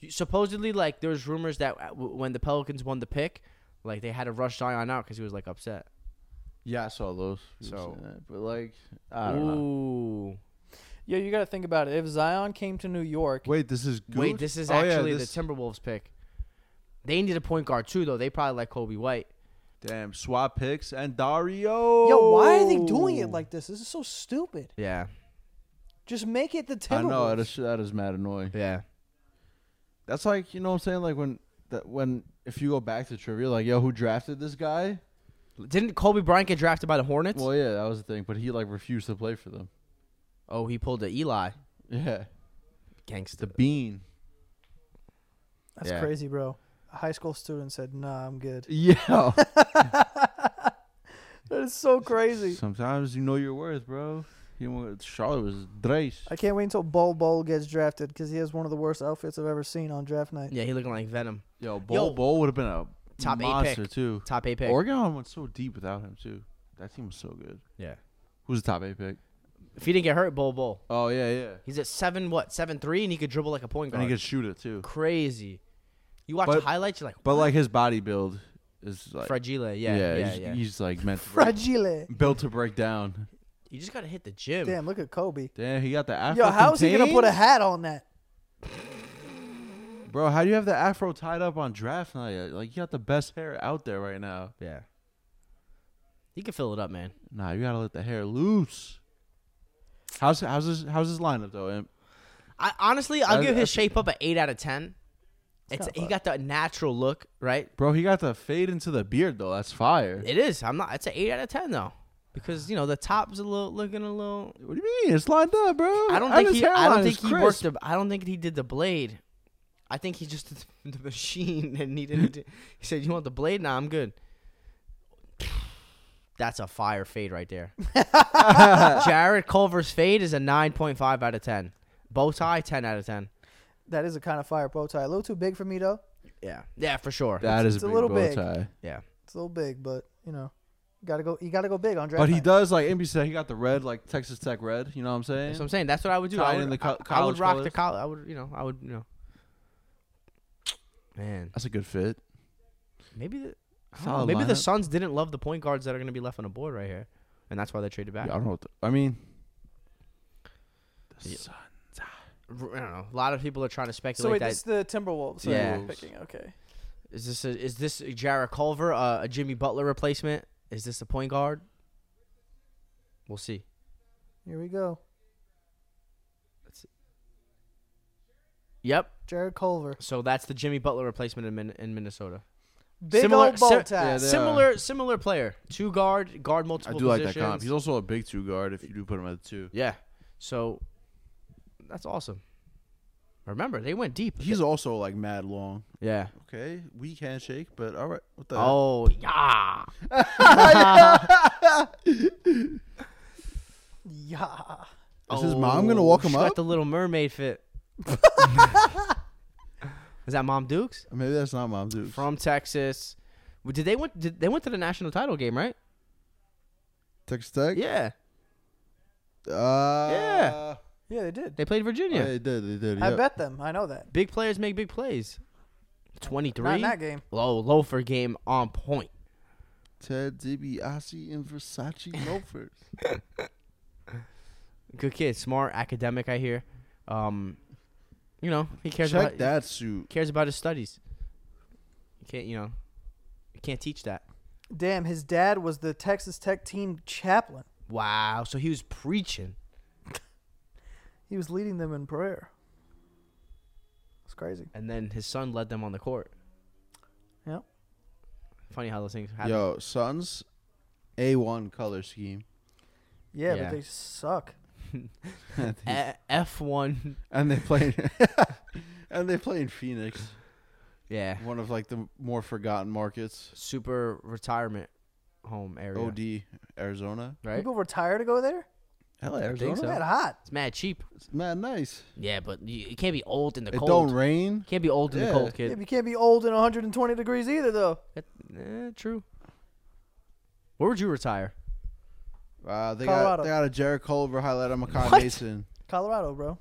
Speaker 3: You- Supposedly, like there was rumors that uh, w- when the Pelicans won the pick, like they had to rush Zion out because he was like upset.
Speaker 2: Yeah, I saw those.
Speaker 3: So-
Speaker 2: So, but like, I don't know.
Speaker 3: Ooh.
Speaker 1: Yeah, you got to think about it. If Zion came to New York,
Speaker 2: Wait, this is good?
Speaker 3: Wait, this is
Speaker 2: Oh, yeah,
Speaker 3: actually
Speaker 2: this-
Speaker 3: the Timberwolves pick. They need a point guard too, though. They probably like Kobe White.
Speaker 2: damn swap picks and Dario.
Speaker 4: Yo, why are they doing it like this? This is so stupid.
Speaker 3: Yeah,
Speaker 4: Just make it the Timberwolves.
Speaker 2: I know that is, that is mad annoying.
Speaker 3: yeah.
Speaker 2: That's like you know what I'm saying. Like when that when if you go back to trivia, like yo, who drafted this guy?
Speaker 3: Didn't Kobe Bryant get drafted by the Hornets?
Speaker 2: Well, yeah, that was the thing. But he like refused to play for them.
Speaker 3: Oh, he pulled the Eli
Speaker 2: Yeah,
Speaker 3: gangster.
Speaker 2: the Bean.
Speaker 4: That's
Speaker 3: Yeah.
Speaker 4: crazy, bro. A high school student said, "Nah, I'm good."
Speaker 2: Yeah. [laughs]
Speaker 4: That is so crazy.
Speaker 2: Sometimes you know your worth, bro. He went, Charlotte was Drace.
Speaker 4: I can't wait until Bol Bol gets drafted because he has one of the worst outfits I've ever seen on draft night.
Speaker 3: Yeah, he looking like Venom.
Speaker 2: Yo,
Speaker 3: Yo.
Speaker 2: Bol Bol would have been a
Speaker 3: Top eight
Speaker 2: monster
Speaker 3: pick.
Speaker 2: too.
Speaker 3: Top eight pick.
Speaker 2: Oregon went so deep without him too. That team was so good.
Speaker 3: yeah.
Speaker 2: Who's the top eight pick?
Speaker 3: If he didn't get hurt, Bol Bol.
Speaker 2: Oh yeah, yeah.
Speaker 3: He's at seven what seven three, and he could dribble like a point
Speaker 2: And
Speaker 3: guard.
Speaker 2: he could shoot it too.
Speaker 3: crazy. You watch
Speaker 2: But-
Speaker 3: the highlights, you're like,
Speaker 2: But like his body build is like
Speaker 3: fragile. Yeah, yeah, yeah.
Speaker 2: he's, he's like meant to break,
Speaker 4: Fragile.
Speaker 2: built to break down.
Speaker 3: you just gotta hit the gym.
Speaker 4: Damn, look at Kobe.
Speaker 2: Damn, he got the afro.
Speaker 4: Yo, how is he gonna put a
Speaker 2: contained?
Speaker 4: hat on that?
Speaker 2: bro? How do you have the afro tied up on draft night? Like you got the best hair out there right now.
Speaker 3: Yeah. He can fill it up, man.
Speaker 2: Nah, you gotta let the hair loose. How's how's his how's his lineup though? Imp?
Speaker 3: I honestly, I'll
Speaker 2: I-
Speaker 3: give
Speaker 2: I
Speaker 3: his
Speaker 2: think-
Speaker 3: shape up an eight out of ten. It's he got the natural look, right?
Speaker 2: Bro, he got the fade into the beard though. That's fire.
Speaker 3: It is. I'm not. It's an eight out of ten though, because you know the top's a little looking a little.
Speaker 2: What do you mean? It's lined up, bro.
Speaker 3: I don't
Speaker 2: And
Speaker 3: think
Speaker 2: his
Speaker 3: he. I
Speaker 2: hairline
Speaker 3: don't
Speaker 2: is
Speaker 3: think he
Speaker 2: crisp.
Speaker 3: worked. The, I don't think he did the blade. I think he just did [laughs] the machine and he didn't. do- he said, "You want the blade? Nah, I'm good." That's a fire fade
Speaker 2: [laughs]
Speaker 3: right there. Jared Culver's fade is a nine point five out of ten. Bow tie ten out of ten.
Speaker 4: That is a kind of fire bow tie. A little too big for me though.
Speaker 3: Yeah, yeah, for sure.
Speaker 2: That is
Speaker 4: it's
Speaker 2: a
Speaker 4: a
Speaker 2: big
Speaker 4: little
Speaker 2: bow
Speaker 4: big.
Speaker 2: tie.
Speaker 3: yeah,
Speaker 4: It's a little big, but you know, gotta go. You gotta go big on draft.
Speaker 2: But he
Speaker 4: night.
Speaker 2: does like Imp said. He got the red, like Texas Tech red. You know what I'm saying?
Speaker 3: that's what I'm saying. That's what I would do.
Speaker 2: Tie
Speaker 3: I
Speaker 2: it
Speaker 3: would,
Speaker 2: in the
Speaker 3: I-
Speaker 2: co-
Speaker 3: I would
Speaker 2: college
Speaker 3: rock the
Speaker 2: colours.
Speaker 3: collar. I would, you know, I would, you know. Man,
Speaker 2: That's a good fit.
Speaker 3: maybe the I don't know,
Speaker 2: Solid
Speaker 3: maybe the
Speaker 2: lineup.
Speaker 3: Suns didn't love the point guards that are going to be left on the board right here, and that's why they traded
Speaker 2: Yeah,
Speaker 3: back.
Speaker 2: I don't know. What the, I mean, the
Speaker 3: Yeah.
Speaker 2: Sun.
Speaker 3: R- I don't know. A lot of people are trying to speculate
Speaker 1: so wait,
Speaker 3: that
Speaker 1: it's the Timberwolves.
Speaker 3: Yeah.
Speaker 1: Yeah, picking. okay.
Speaker 3: is this a, is this Jared Culver uh, a Jimmy Butler replacement? Is this a point guard? We'll see.
Speaker 4: Here we go.
Speaker 3: Yep.
Speaker 4: Jared Culver.
Speaker 3: So that's the Jimmy Butler replacement in, Min- in Minnesota.
Speaker 4: Big
Speaker 3: Similar-
Speaker 4: old bow
Speaker 3: sim-
Speaker 4: tie.
Speaker 2: Yeah, they-
Speaker 3: similar similar player, two guard, guard
Speaker 2: I
Speaker 3: multiple
Speaker 2: do like that
Speaker 3: positions.
Speaker 2: comp. He's also a big two guard. If you do put him at the two,
Speaker 3: yeah. So that's awesome. Remember, they went deep.
Speaker 2: he's also like mad long.
Speaker 3: yeah.
Speaker 2: Okay, weak handshake, but all right. What the?
Speaker 3: Oh yeah.
Speaker 4: yeah.
Speaker 2: Is his mom gonna walk him
Speaker 3: she
Speaker 2: up?
Speaker 3: Got the Little Mermaid fit.
Speaker 2: [laughs]
Speaker 3: Is that Mom Dukes
Speaker 2: Maybe that's not mom, dude.
Speaker 3: from Texas? Well, Did they went? Did they went to the national title game, right?
Speaker 2: Texas Tech.
Speaker 3: Yeah,
Speaker 2: Uh,
Speaker 3: Yeah.
Speaker 4: Yeah, they did.
Speaker 3: they played Virginia.
Speaker 2: They did. They did.
Speaker 4: I
Speaker 2: yeah.
Speaker 4: bet them. I know that.
Speaker 3: Big players make big plays. Twenty
Speaker 4: Not in
Speaker 3: three.
Speaker 4: that game.
Speaker 3: Low loafer game on point.
Speaker 2: Ted DiBiase and Versace
Speaker 3: [laughs]
Speaker 2: loafers.
Speaker 3: Good kid, smart, academic. I hear. Um, you know he cares
Speaker 2: Check
Speaker 3: about
Speaker 2: that suit.
Speaker 3: cares about his studies. You can't you know, you can't teach that.
Speaker 4: Damn, his dad was the Texas Tech team chaplain.
Speaker 3: Wow. So he was preaching.
Speaker 4: He was leading them in prayer. It's crazy.
Speaker 3: and then his son led them on the court.
Speaker 4: Yep.
Speaker 3: Funny how those things happen.
Speaker 2: Yo, Suns, A one color scheme,
Speaker 4: Yeah,
Speaker 3: Yeah.
Speaker 4: but they suck.
Speaker 3: E,
Speaker 2: [laughs]
Speaker 3: F one.
Speaker 2: and they play, and they play in Phoenix,
Speaker 3: Yeah.
Speaker 2: one of like the more forgotten markets.
Speaker 3: Super retirement home area.
Speaker 2: OD Arizona.
Speaker 3: Right.
Speaker 4: People retire to go there?
Speaker 2: Hell,
Speaker 5: I
Speaker 2: Arizona.
Speaker 5: think so.
Speaker 6: Isn't that hot?
Speaker 3: It's mad cheap.
Speaker 2: It's mad nice.
Speaker 3: Yeah, but you, you can't be old in the
Speaker 2: It
Speaker 3: cold.
Speaker 2: don't rain.
Speaker 3: You can't be old in
Speaker 2: Yeah.
Speaker 3: the cold,
Speaker 6: Yeah,
Speaker 3: kid.
Speaker 6: but you can't be old and 120 degrees either, though.
Speaker 3: That- eh, true.
Speaker 5: Where would you retire?
Speaker 2: Uh, they
Speaker 6: Colorado.
Speaker 2: got they got a Jared Culver highlight on Makai
Speaker 5: What?
Speaker 2: Mason.
Speaker 6: Colorado, bro.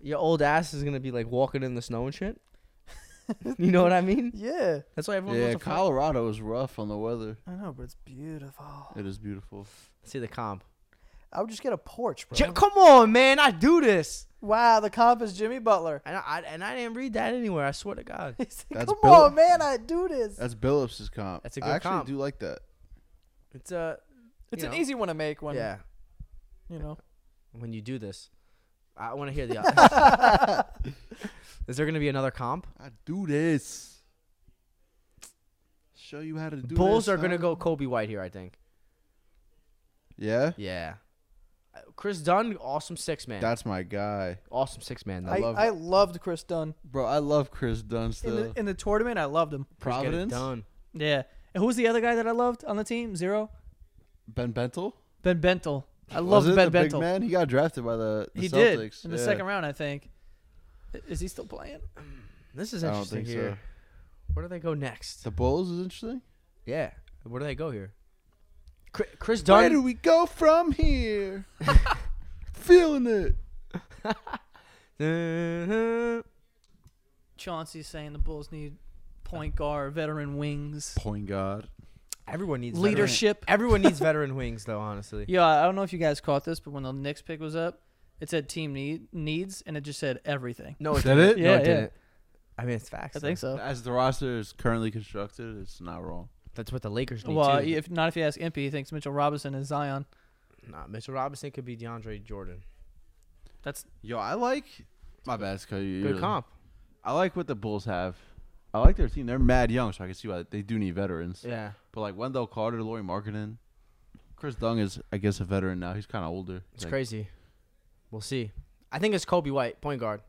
Speaker 3: Your old ass is gonna be like walking in the snow
Speaker 2: [laughs]
Speaker 3: and shit. you know what I mean?
Speaker 6: Yeah.
Speaker 3: That's why everyone
Speaker 2: Yeah,
Speaker 3: wants to fly-
Speaker 2: Colorado is rough on the weather.
Speaker 6: I know, but it's beautiful.
Speaker 2: It is beautiful.
Speaker 3: see the comp.
Speaker 6: I would just get a porch, bro.
Speaker 3: J- come on, man! I do this,
Speaker 6: wow, the comp is Jimmy Butler. [laughs]
Speaker 3: and I, I and I didn't read that anywhere. I swear to
Speaker 2: [laughs]
Speaker 3: God.
Speaker 6: He said,
Speaker 2: That's
Speaker 6: Come
Speaker 2: Bill-
Speaker 6: on, man, I do this.
Speaker 2: That's Billups' comp.
Speaker 3: That's a
Speaker 2: I
Speaker 3: good
Speaker 2: actually
Speaker 3: comp.
Speaker 2: do like that.
Speaker 3: It's uh,
Speaker 6: It's
Speaker 3: you
Speaker 6: an
Speaker 3: know.
Speaker 6: easy one to make when
Speaker 3: yeah.
Speaker 6: you know.
Speaker 3: When you do this, I want to hear the.
Speaker 1: [laughs]
Speaker 3: [laughs] is there gonna be another comp?
Speaker 2: I do this. Show you how to do.
Speaker 3: Bulls
Speaker 2: this,
Speaker 3: are
Speaker 2: huh?
Speaker 3: gonna go Kobe White here, I think.
Speaker 2: Yeah,
Speaker 3: Yeah. Uh, Chris Dunn, awesome six man.
Speaker 2: that's my guy,
Speaker 3: awesome six man. Though.
Speaker 6: I,
Speaker 2: love
Speaker 6: I loved Chris Dunn
Speaker 2: bro. I love Chris Dunn
Speaker 6: in
Speaker 2: still.
Speaker 6: the, in the tournament. I loved him.
Speaker 3: Chris get it
Speaker 2: Providence,
Speaker 3: done.
Speaker 1: Yeah. And who was the other guy that I loved on the team? Zero.
Speaker 2: Ben Bentel.
Speaker 1: Ben Bentel. I
Speaker 2: Was
Speaker 1: love
Speaker 2: it
Speaker 1: Ben
Speaker 2: the big
Speaker 1: Bentel.
Speaker 2: man? He got drafted by the, the
Speaker 1: he did in
Speaker 2: Celtics.
Speaker 1: the
Speaker 2: yeah.
Speaker 1: second round, I think. I- Is he still playing?
Speaker 3: This is
Speaker 2: I don't
Speaker 3: interesting
Speaker 2: think
Speaker 3: here.
Speaker 2: so.
Speaker 3: Where do they go next?
Speaker 2: The Bulls is interesting.
Speaker 3: yeah. Where do they go here? Chri- Chris
Speaker 2: Where
Speaker 3: Dunn.
Speaker 2: do we go from here? Feeling it.
Speaker 3: Uh-huh.
Speaker 1: Chauncey's saying the Bulls need point guard, veteran wings,
Speaker 2: Point guard.
Speaker 3: [laughs] Everyone needs veteran-
Speaker 1: leadership. [laughs]
Speaker 3: Everyone needs veteran wings, though. Honestly.
Speaker 1: Yeah, I don't know if you guys caught this, but when the Knicks pick was up, it said team need, needs, and it just said everything.
Speaker 3: No, it
Speaker 2: Is that
Speaker 3: didn't.
Speaker 2: it?
Speaker 3: No,
Speaker 1: Yeah,
Speaker 3: it
Speaker 1: yeah.
Speaker 3: didn't. I mean, it's facts.
Speaker 1: I think
Speaker 3: though.
Speaker 1: so.
Speaker 2: As the roster is currently constructed, it's not wrong.
Speaker 3: That's what the Lakers need
Speaker 1: Well,
Speaker 3: too.
Speaker 1: if not, if you ask Impy, he thinks Mitchell Robinson is Zion.
Speaker 3: Nah, Mitchell Robinson could be DeAndre Jordan.
Speaker 1: That's
Speaker 2: Yo, I like my bad. Scott, you-
Speaker 3: Good
Speaker 2: you-
Speaker 3: comp.
Speaker 2: I like what the Bulls have. I like their team. They're mad young, so I can see why they do need veterans.
Speaker 3: Yeah.
Speaker 2: But like Wendell Carter, Laurie Markkinen, Chris Dung is, I guess, a veteran now. He's kind of older.
Speaker 3: It's
Speaker 2: Like,
Speaker 3: crazy. We'll see. I think it's Kobe White, point guard.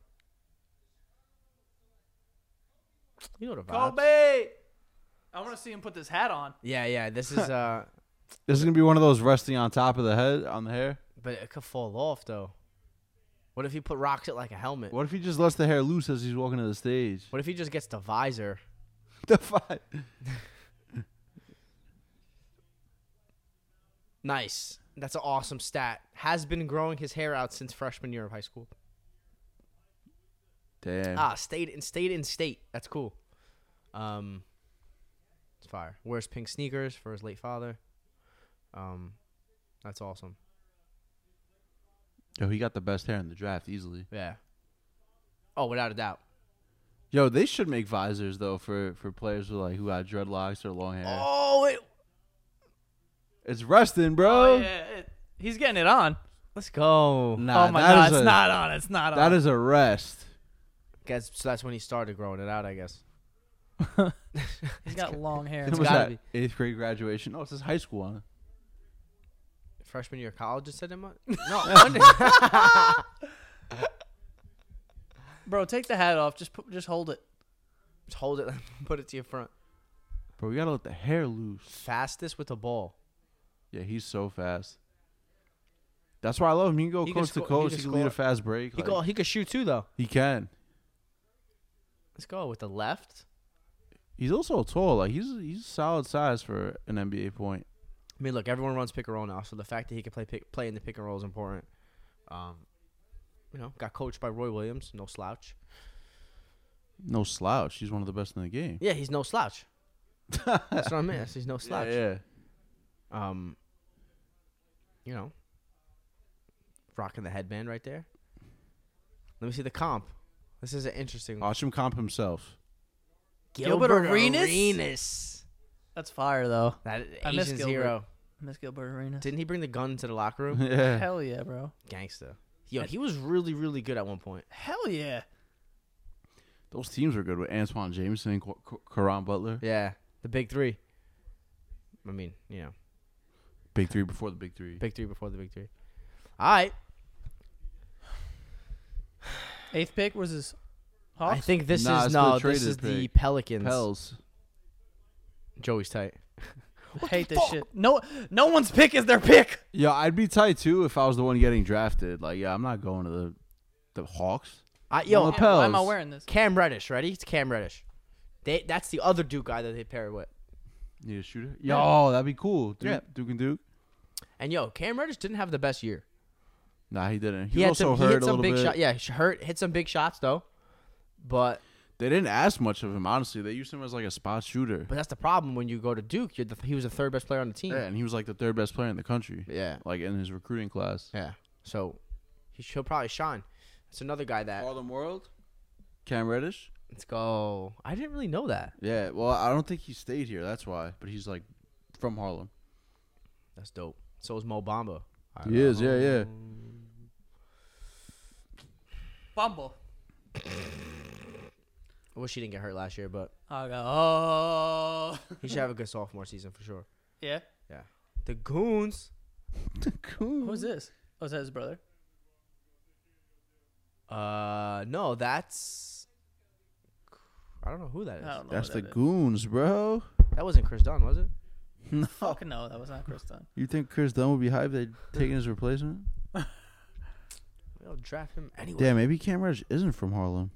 Speaker 3: You know the vibes.
Speaker 1: Kobe. I want to see him put this hat on.
Speaker 3: Yeah, yeah. This is uh, [laughs]
Speaker 2: This is gonna be one of those resting on top of the head on the hair.
Speaker 3: but it could fall off though. What if he put rocks it like a helmet? What,
Speaker 2: What if he just lets the hair loose as he's walking to the stage?
Speaker 3: if he just gets the visor?
Speaker 2: [laughs] the fuck?
Speaker 3: Nice. That's an awesome stat. Has been growing his hair out since freshman year of high school.
Speaker 2: Damn.
Speaker 3: Ah, stayed in stayed in state. That's cool. Um, it's fire. Wears pink sneakers for his late father. Um, that's awesome.
Speaker 2: Yo, he got the best hair in the draft easily.
Speaker 3: Yeah. Oh, without a doubt.
Speaker 2: Yo, they should make visors though for for players who like who got dreadlocks or long hair.
Speaker 3: Oh, it,
Speaker 2: It's resting, bro.
Speaker 1: Oh, yeah, it- he's getting it on.
Speaker 3: let's go.
Speaker 2: Nah,
Speaker 1: oh my
Speaker 2: that
Speaker 1: god,
Speaker 2: is
Speaker 1: it's
Speaker 2: a-
Speaker 1: not on. It's not on.
Speaker 2: That is a rest.
Speaker 3: Guess so. That's when he started growing it out. I guess.
Speaker 1: he's got long hair.
Speaker 2: When was
Speaker 3: gotta
Speaker 2: that? Eighth grade graduation. Oh, it's his high school. Huh?
Speaker 3: Freshman year of college just said him. [laughs] up? No, wonder.
Speaker 1: Bro, take the hat off. Just put, just hold it.
Speaker 3: just hold it. [laughs] Put it to your front.
Speaker 2: Bro, we gotta let the hair loose.
Speaker 3: Fastest with the ball.
Speaker 2: Yeah, he's so fast. That's why I love him. He can go
Speaker 3: He can
Speaker 2: coast
Speaker 3: sco-
Speaker 2: to
Speaker 3: he
Speaker 2: coast.
Speaker 3: can
Speaker 2: He can, lead
Speaker 3: score.
Speaker 2: a fast break.
Speaker 3: He
Speaker 2: like,
Speaker 3: go. He could shoot too though.
Speaker 2: he can.
Speaker 3: Let's go with the left.
Speaker 2: He's also tall. Like he's he's solid size for an NBA point.
Speaker 3: I mean, look, everyone runs pick and roll now, so the fact that he can play pick, play in the pick and roll is important. Um, you know, got coached by Roy Williams, no slouch.
Speaker 2: No slouch. He's one of the best in the game.
Speaker 3: Yeah, he's no slouch. That's what I meant. He's no slouch.
Speaker 2: [laughs] Yeah, yeah.
Speaker 3: Um, you know, rocking the headband right there. Let me see the comp. This is an interesting one.
Speaker 2: Ashim Comp himself.
Speaker 1: Gilbert Arenas?
Speaker 3: Arenas.
Speaker 1: That's fire though.
Speaker 3: That
Speaker 1: I miss
Speaker 3: Asian
Speaker 1: Gilbert.
Speaker 3: zero.
Speaker 1: Miss Gilbert Arena.
Speaker 3: Didn't he bring the gun to the locker
Speaker 2: [laughs]
Speaker 3: room?
Speaker 2: yeah.
Speaker 1: Hell yeah, bro.
Speaker 3: Gangsta. Yo, he was really, really good at one point.
Speaker 1: Hell yeah.
Speaker 2: Those teams were good with Antoine Jameson and Qu- Qu- Karan Butler.
Speaker 3: Yeah, the big three. I mean, you know,
Speaker 2: Big three before the big three.
Speaker 3: big three before the big three. All right,
Speaker 1: Eighth pick was his. Hawks?
Speaker 3: I think this
Speaker 2: Nah,
Speaker 3: is
Speaker 2: it's
Speaker 3: no,
Speaker 2: the
Speaker 3: this
Speaker 2: traded
Speaker 3: is the
Speaker 2: pick.
Speaker 3: Pelicans.
Speaker 2: Pels.
Speaker 3: Joey's tight.
Speaker 7: hate this shit. No, no one's pick is their pick.
Speaker 2: Yeah, I'd be tight too if I was the one getting drafted. Like, yeah, I'm not going to the the Hawks.
Speaker 3: I, yo,
Speaker 2: Well,
Speaker 7: Why am I
Speaker 2: Pels.
Speaker 7: wearing this?
Speaker 3: Cam Reddish, ready? It's Cam Reddish. They, that's the other Duke guy that they paired with.
Speaker 2: Need a shooter? Yo, Oh, that'd be cool. Duke,
Speaker 3: Yeah.
Speaker 2: Duke and Duke.
Speaker 3: And yo, Cam Reddish didn't have the best year.
Speaker 2: Nah, he didn't. He,
Speaker 3: had
Speaker 2: also
Speaker 3: some,
Speaker 2: hurt
Speaker 3: he hit
Speaker 2: a
Speaker 3: some
Speaker 2: little
Speaker 3: big
Speaker 2: bit.
Speaker 3: shot. Yeah, he hurt hit some big shots though. But
Speaker 2: They didn't ask much of him, honestly. They used him as like a spot shooter.
Speaker 3: but that's the problem when you go to Duke. You're the, he was the third best player on the team.
Speaker 2: Yeah, and he was like the third best player in the country.
Speaker 3: Yeah.
Speaker 2: Like in his recruiting class.
Speaker 3: Yeah. So he should probably shine. That's another guy that.
Speaker 2: World? Cam Reddish?
Speaker 3: Let's go. I didn't really know that.
Speaker 2: Yeah, well, I don't think he stayed here. That's why. But he's like from Harlem.
Speaker 3: That's dope. So is Mo Bamba. I
Speaker 2: He is, yeah, yeah. [laughs]
Speaker 7: Bumble.
Speaker 3: I wish he didn't get hurt last year, but
Speaker 7: I go. Oh,
Speaker 3: he should have a good sophomore season for sure.
Speaker 7: yeah.
Speaker 3: Yeah. The Goons.
Speaker 7: Who's this? Oh, is that his brother?
Speaker 3: Uh, no, that's. I don't know who that is.
Speaker 7: I don't know.
Speaker 2: That's
Speaker 7: who
Speaker 2: the
Speaker 7: Oh, that is.
Speaker 2: goons, bro.
Speaker 3: That wasn't Chris Dunn, was
Speaker 1: [laughs]
Speaker 3: it?
Speaker 7: Fuck no, that was not Chris Dunn.
Speaker 2: You think Chris Dunn would be hyped they taking his replacement?
Speaker 3: We'll draft him anyway.
Speaker 2: Damn, maybe Cam Reddish isn't from Harlem.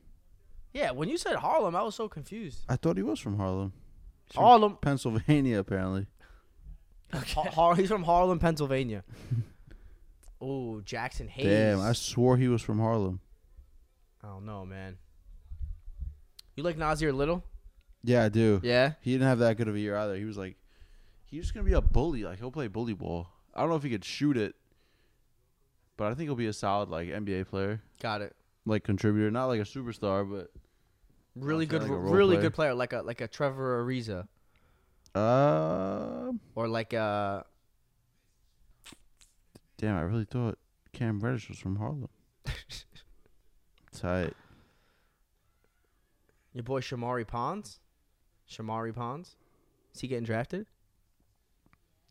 Speaker 3: Yeah, when you said Harlem, I was
Speaker 7: [laughs]
Speaker 3: so confused.
Speaker 2: I thought he was from Harlem. He's from
Speaker 3: Harlem.
Speaker 2: Pennsylvania, apparently.
Speaker 3: Har- Har- he's from Harlem,
Speaker 2: [laughs]
Speaker 3: Pennsylvania. oh, Jackson Hayes.
Speaker 2: Damn, I swore he was from Harlem.
Speaker 3: I don't know, man. You like Nasir Little?
Speaker 2: Yeah, I do.
Speaker 3: Yeah.
Speaker 2: He didn't have that good of a year either. He was like, he's just gonna be a bully. Like he'll play bully ball. I don't know if he could shoot it, but I think he'll be a solid like NBA player,
Speaker 3: Got it. like
Speaker 2: like contributor, not like a superstar, but
Speaker 3: Really
Speaker 2: kinda like
Speaker 3: good,
Speaker 2: a role
Speaker 3: really
Speaker 2: player.
Speaker 3: good player, like a like a Trevor Ariza
Speaker 2: uh,
Speaker 3: or like uh, a
Speaker 2: damn, I really thought Cam Reddish was from
Speaker 3: [laughs]
Speaker 2: Harlem. Tight.
Speaker 3: your boy Shamari Pons. Shamari Pons, is he getting drafted?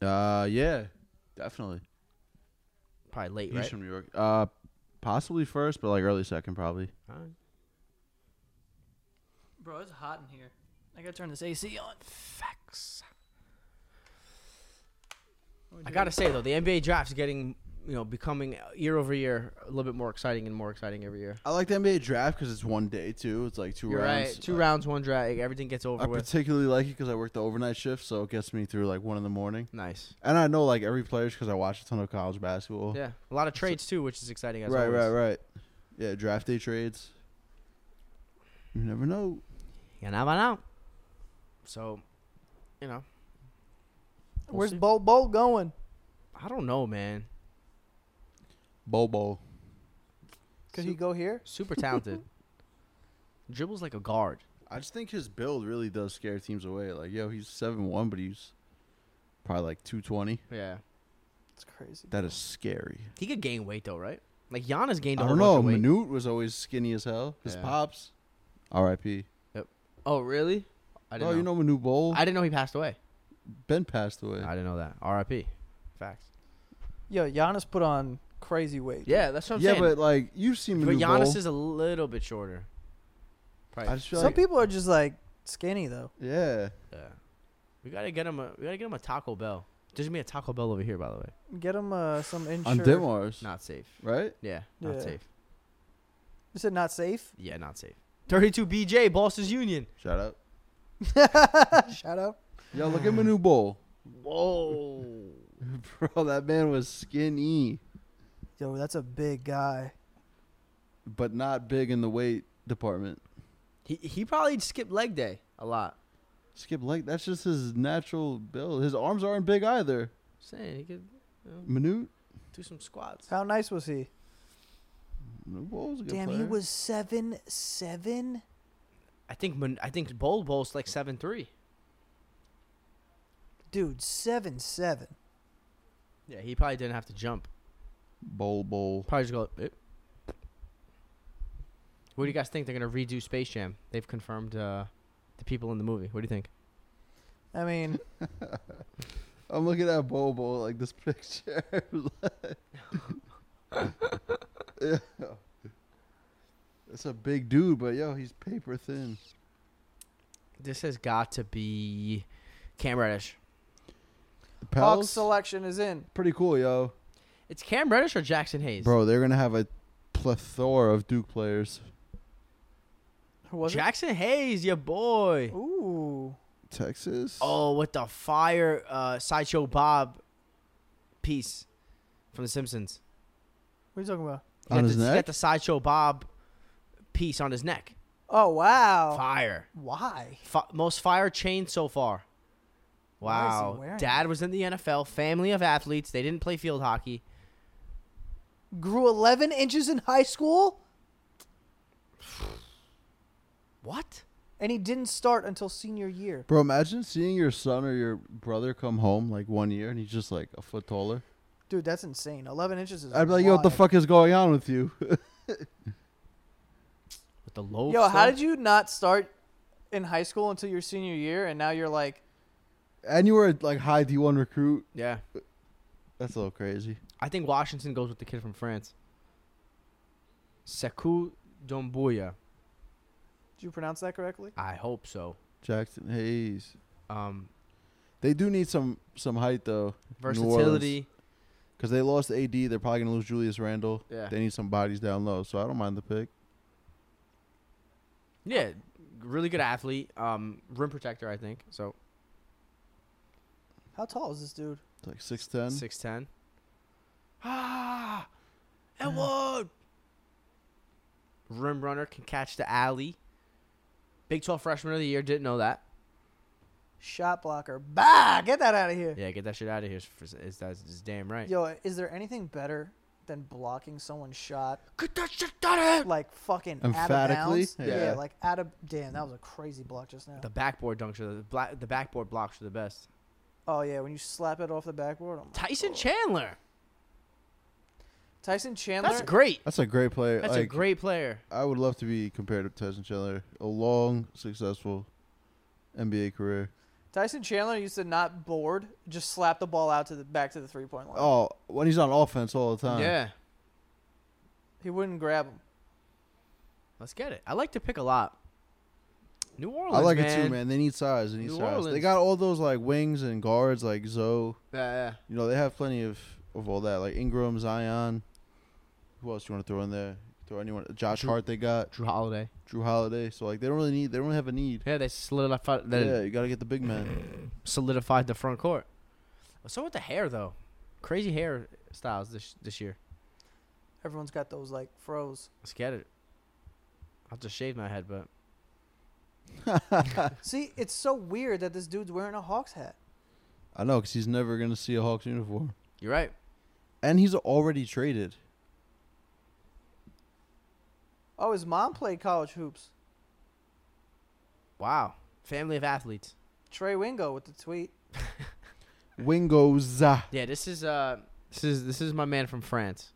Speaker 2: Uh, yeah, definitely.
Speaker 3: Probably late,
Speaker 2: He's
Speaker 3: right?
Speaker 2: from New York. Uh, possibly first, but like early second, probably.
Speaker 3: Alright.
Speaker 7: Bro, it's hot in here. I gotta turn this AC on. Facts.
Speaker 1: Oh,
Speaker 3: I gotta say though, the NBA draft is getting you know becoming year over year a little bit more exciting and more exciting every year.
Speaker 2: I like the NBA draft because it's one day too. It's like 2
Speaker 3: You're
Speaker 2: rounds.
Speaker 3: right. Two rounds, one drag. Everything gets over
Speaker 2: I
Speaker 3: with.
Speaker 2: particularly like it because I work the overnight shift, so it gets me through like one in the morning.
Speaker 3: nice.
Speaker 2: And I know like every player's because I watch a ton of college basketball.
Speaker 3: Yeah, a lot of trades too, which is exciting. As
Speaker 2: right,
Speaker 3: always.
Speaker 2: right, right. Yeah, draft day trades. You never know.
Speaker 3: You never know. So, you know, We'll
Speaker 1: Where's
Speaker 3: see.
Speaker 1: Bolt Bolt going?
Speaker 3: I don't know, man.
Speaker 2: Bobo.
Speaker 1: Could he go here?
Speaker 3: Super talented.
Speaker 1: [laughs]
Speaker 3: Dribbles like a guard.
Speaker 2: I just think his build really does scare teams away. Like, yo, he's seven one, but he's probably like two twenty.
Speaker 3: Yeah.
Speaker 1: It's crazy.
Speaker 2: That is scary.
Speaker 3: He could gain weight though, right? Like Giannis gained a
Speaker 2: I
Speaker 3: whole
Speaker 2: don't
Speaker 3: bunch
Speaker 2: know.
Speaker 3: of
Speaker 2: Manute
Speaker 3: weight.
Speaker 2: was always skinny as hell. His
Speaker 3: Yeah.
Speaker 2: pops. R.I.P.
Speaker 3: oh, really? I
Speaker 2: Oh, you know Manute Bowl.
Speaker 3: I didn't know he passed away.
Speaker 2: ben passed away.
Speaker 3: I didn't know that. R.I.P. Facts.
Speaker 1: Yo, Giannis put on crazy weight.
Speaker 3: Yeah, that's what I'm
Speaker 2: yeah,
Speaker 3: saying.
Speaker 2: but like you've seen
Speaker 3: But
Speaker 2: Manute
Speaker 3: Giannis
Speaker 2: Bol.
Speaker 3: is a little bit shorter.
Speaker 2: I
Speaker 3: Probably.
Speaker 2: just feel
Speaker 1: Some
Speaker 2: like,
Speaker 1: people are just like skinny though.
Speaker 2: yeah.
Speaker 3: Yeah. We gotta get him a. We gotta get him a Taco Bell. There's gonna be a Taco Bell over here, by the way.
Speaker 1: Get him uh, some
Speaker 2: on
Speaker 1: insurance.
Speaker 2: Dimars,
Speaker 3: Not safe.
Speaker 2: right?
Speaker 3: Yeah, not
Speaker 1: Yeah.
Speaker 3: safe.
Speaker 1: You said not safe.
Speaker 3: Yeah, not safe. 32 BJ, Boston's Union.
Speaker 2: Shout out.
Speaker 1: Shout out.
Speaker 2: Yo, look at Manu Bowl. [laughs]
Speaker 3: Whoa.
Speaker 2: Bro, that man was skinny,
Speaker 1: Yo, that's a big guy.
Speaker 2: but not big in the weight department.
Speaker 3: [laughs] he he probably skipped leg day a lot.
Speaker 2: Skip like that's just his natural build. His arms aren't big either.
Speaker 3: Saying he could
Speaker 2: Manute,
Speaker 3: do some squats.
Speaker 1: How nice was he?
Speaker 2: Manu Bowl was a good
Speaker 1: Damn, he
Speaker 2: player.
Speaker 1: was seven seven.
Speaker 3: I think Mon- I think Bol Bol's like seven three.
Speaker 1: Dude, seven seven.
Speaker 3: Yeah, he probably didn't have to jump.
Speaker 2: Bowl Bowl.
Speaker 3: Probably just go. "Eh." What do you guys think? They're gonna redo Space Jam. They've confirmed uh, the people in the movie. What do you think?
Speaker 1: I
Speaker 2: [laughs]
Speaker 1: mean,
Speaker 2: I'm looking at Bowl Bowl like this [laughs] picture. yeah. That's a big dude, but yo, he's paper thin.
Speaker 3: This has got to be Cam Reddish.
Speaker 1: Bucks
Speaker 2: Pels.
Speaker 1: selection is in.
Speaker 2: Pretty cool, yo.
Speaker 3: It's Cam Reddish or Jackson Hayes?
Speaker 2: Bro, they're gonna have a plethora of Duke players.
Speaker 1: Who was
Speaker 3: Jackson Hayes, your boy.
Speaker 1: it? Ooh.
Speaker 2: Texas.
Speaker 3: Oh, what the fire uh, sideshow Bob piece from The Simpsons.
Speaker 1: What are you talking about?
Speaker 3: He
Speaker 2: On
Speaker 3: got
Speaker 2: his
Speaker 3: the, He
Speaker 2: neck?
Speaker 3: got the sideshow Bob piece on his neck.
Speaker 1: Oh wow.
Speaker 3: Fire.
Speaker 1: Why?
Speaker 3: Fi most fire chain so far.
Speaker 1: Why is he
Speaker 3: Wow.
Speaker 1: wearing
Speaker 3: Dad was in the NFL. Family of athletes. They didn't play field hockey.
Speaker 1: Grew 11 inches in high school,
Speaker 3: What?
Speaker 1: and he didn't start until senior year.
Speaker 2: Bro, imagine seeing your son or your brother come home like one year and he's just like a foot taller.
Speaker 1: Dude, that's insane. 11 inches is.
Speaker 2: I'd be like, yo, what the
Speaker 1: wild.
Speaker 2: fuck is going on with you? [laughs]
Speaker 3: With the low.
Speaker 1: Yo, how did you not start in high school until your senior year, and now you're like,
Speaker 2: and you were like high D1 recruit.
Speaker 3: Yeah.
Speaker 2: That's a little crazy.
Speaker 3: I think Washington goes with the kid from France. Sekou Dombuya.
Speaker 1: did you pronounce that correctly?
Speaker 3: I hope so.
Speaker 2: Jackson Hayes.
Speaker 3: Um,
Speaker 2: They do need some some height though,
Speaker 3: versatility.
Speaker 2: because they lost AD. They're probably gonna lose Julius Randle.
Speaker 3: Yeah.
Speaker 2: They need some bodies down low, so I don't mind the pick.
Speaker 3: Yeah, really good athlete. Um, rim protector, I think. So
Speaker 1: How tall is this dude?
Speaker 2: It's like six ten.
Speaker 3: six ten. Ah, Edward. Rim runner can catch the alley. Big Twelve freshman of the year. Didn't know that.
Speaker 1: Shot blocker. Bah! Get that out of here.
Speaker 3: Yeah, get that shit out of here. Is is that's is damn right.
Speaker 1: Yo, is there anything better than blocking someone's shot?
Speaker 3: Get that shit out of here.
Speaker 1: Like fucking out of
Speaker 2: Emphatically?
Speaker 1: bounds? Yeah.
Speaker 2: Yeah.
Speaker 1: like out of. Damn, that was a crazy block just now.
Speaker 3: The backboard dunks are the black. The backboard blocks are the best.
Speaker 1: oh, yeah, when you slap it off the backboard. oh I'm-
Speaker 3: Tyson Chandler.
Speaker 1: Tyson Chandler.
Speaker 3: That's great.
Speaker 2: That's a great player.
Speaker 3: That's a
Speaker 2: like,
Speaker 3: great player.
Speaker 2: I would love to be compared to Tyson Chandler. A long, successful NBA career.
Speaker 1: Tyson Chandler used to not board, just slap the ball out to the back to the three point line.
Speaker 2: Oh, when he's on offense all the time.
Speaker 3: Yeah.
Speaker 1: He wouldn't grab him.
Speaker 3: Let's get it. I like to pick a lot. New Orleans.
Speaker 2: I like it too, man. They need size. They need size.
Speaker 3: New
Speaker 2: They
Speaker 3: Orleans.
Speaker 2: got all those like wings and guards, like Zoe.
Speaker 3: Yeah, yeah.
Speaker 2: You know, they have plenty of of all that, like Ingram, Zion. Who else do you want to throw in there? Throw anyone? Josh Hart. They got
Speaker 3: Drew Holiday.
Speaker 2: Drew Holiday. So like, they don't really need. They don't really have a need.
Speaker 3: Yeah, they solidified they
Speaker 2: Yeah, you gotta get the big
Speaker 3: [laughs]
Speaker 2: man.
Speaker 3: solidified the front court. So with the hair though, crazy hair styles this this year.
Speaker 1: Everyone's got those like froze.
Speaker 3: Let's get it. I'll just shave my head, but
Speaker 1: See, it's so weird that this dude's wearing a Hawks hat.
Speaker 2: I know, cause he's never gonna see a Hawks uniform,
Speaker 3: you're right.
Speaker 2: and he's already traded.
Speaker 1: Oh, his mom played college hoops.
Speaker 3: Wow, family of athletes.
Speaker 1: Trey Wingo with the tweet.
Speaker 2: Wingos. uh,
Speaker 3: Yeah, this is uh, this is this is my man from France.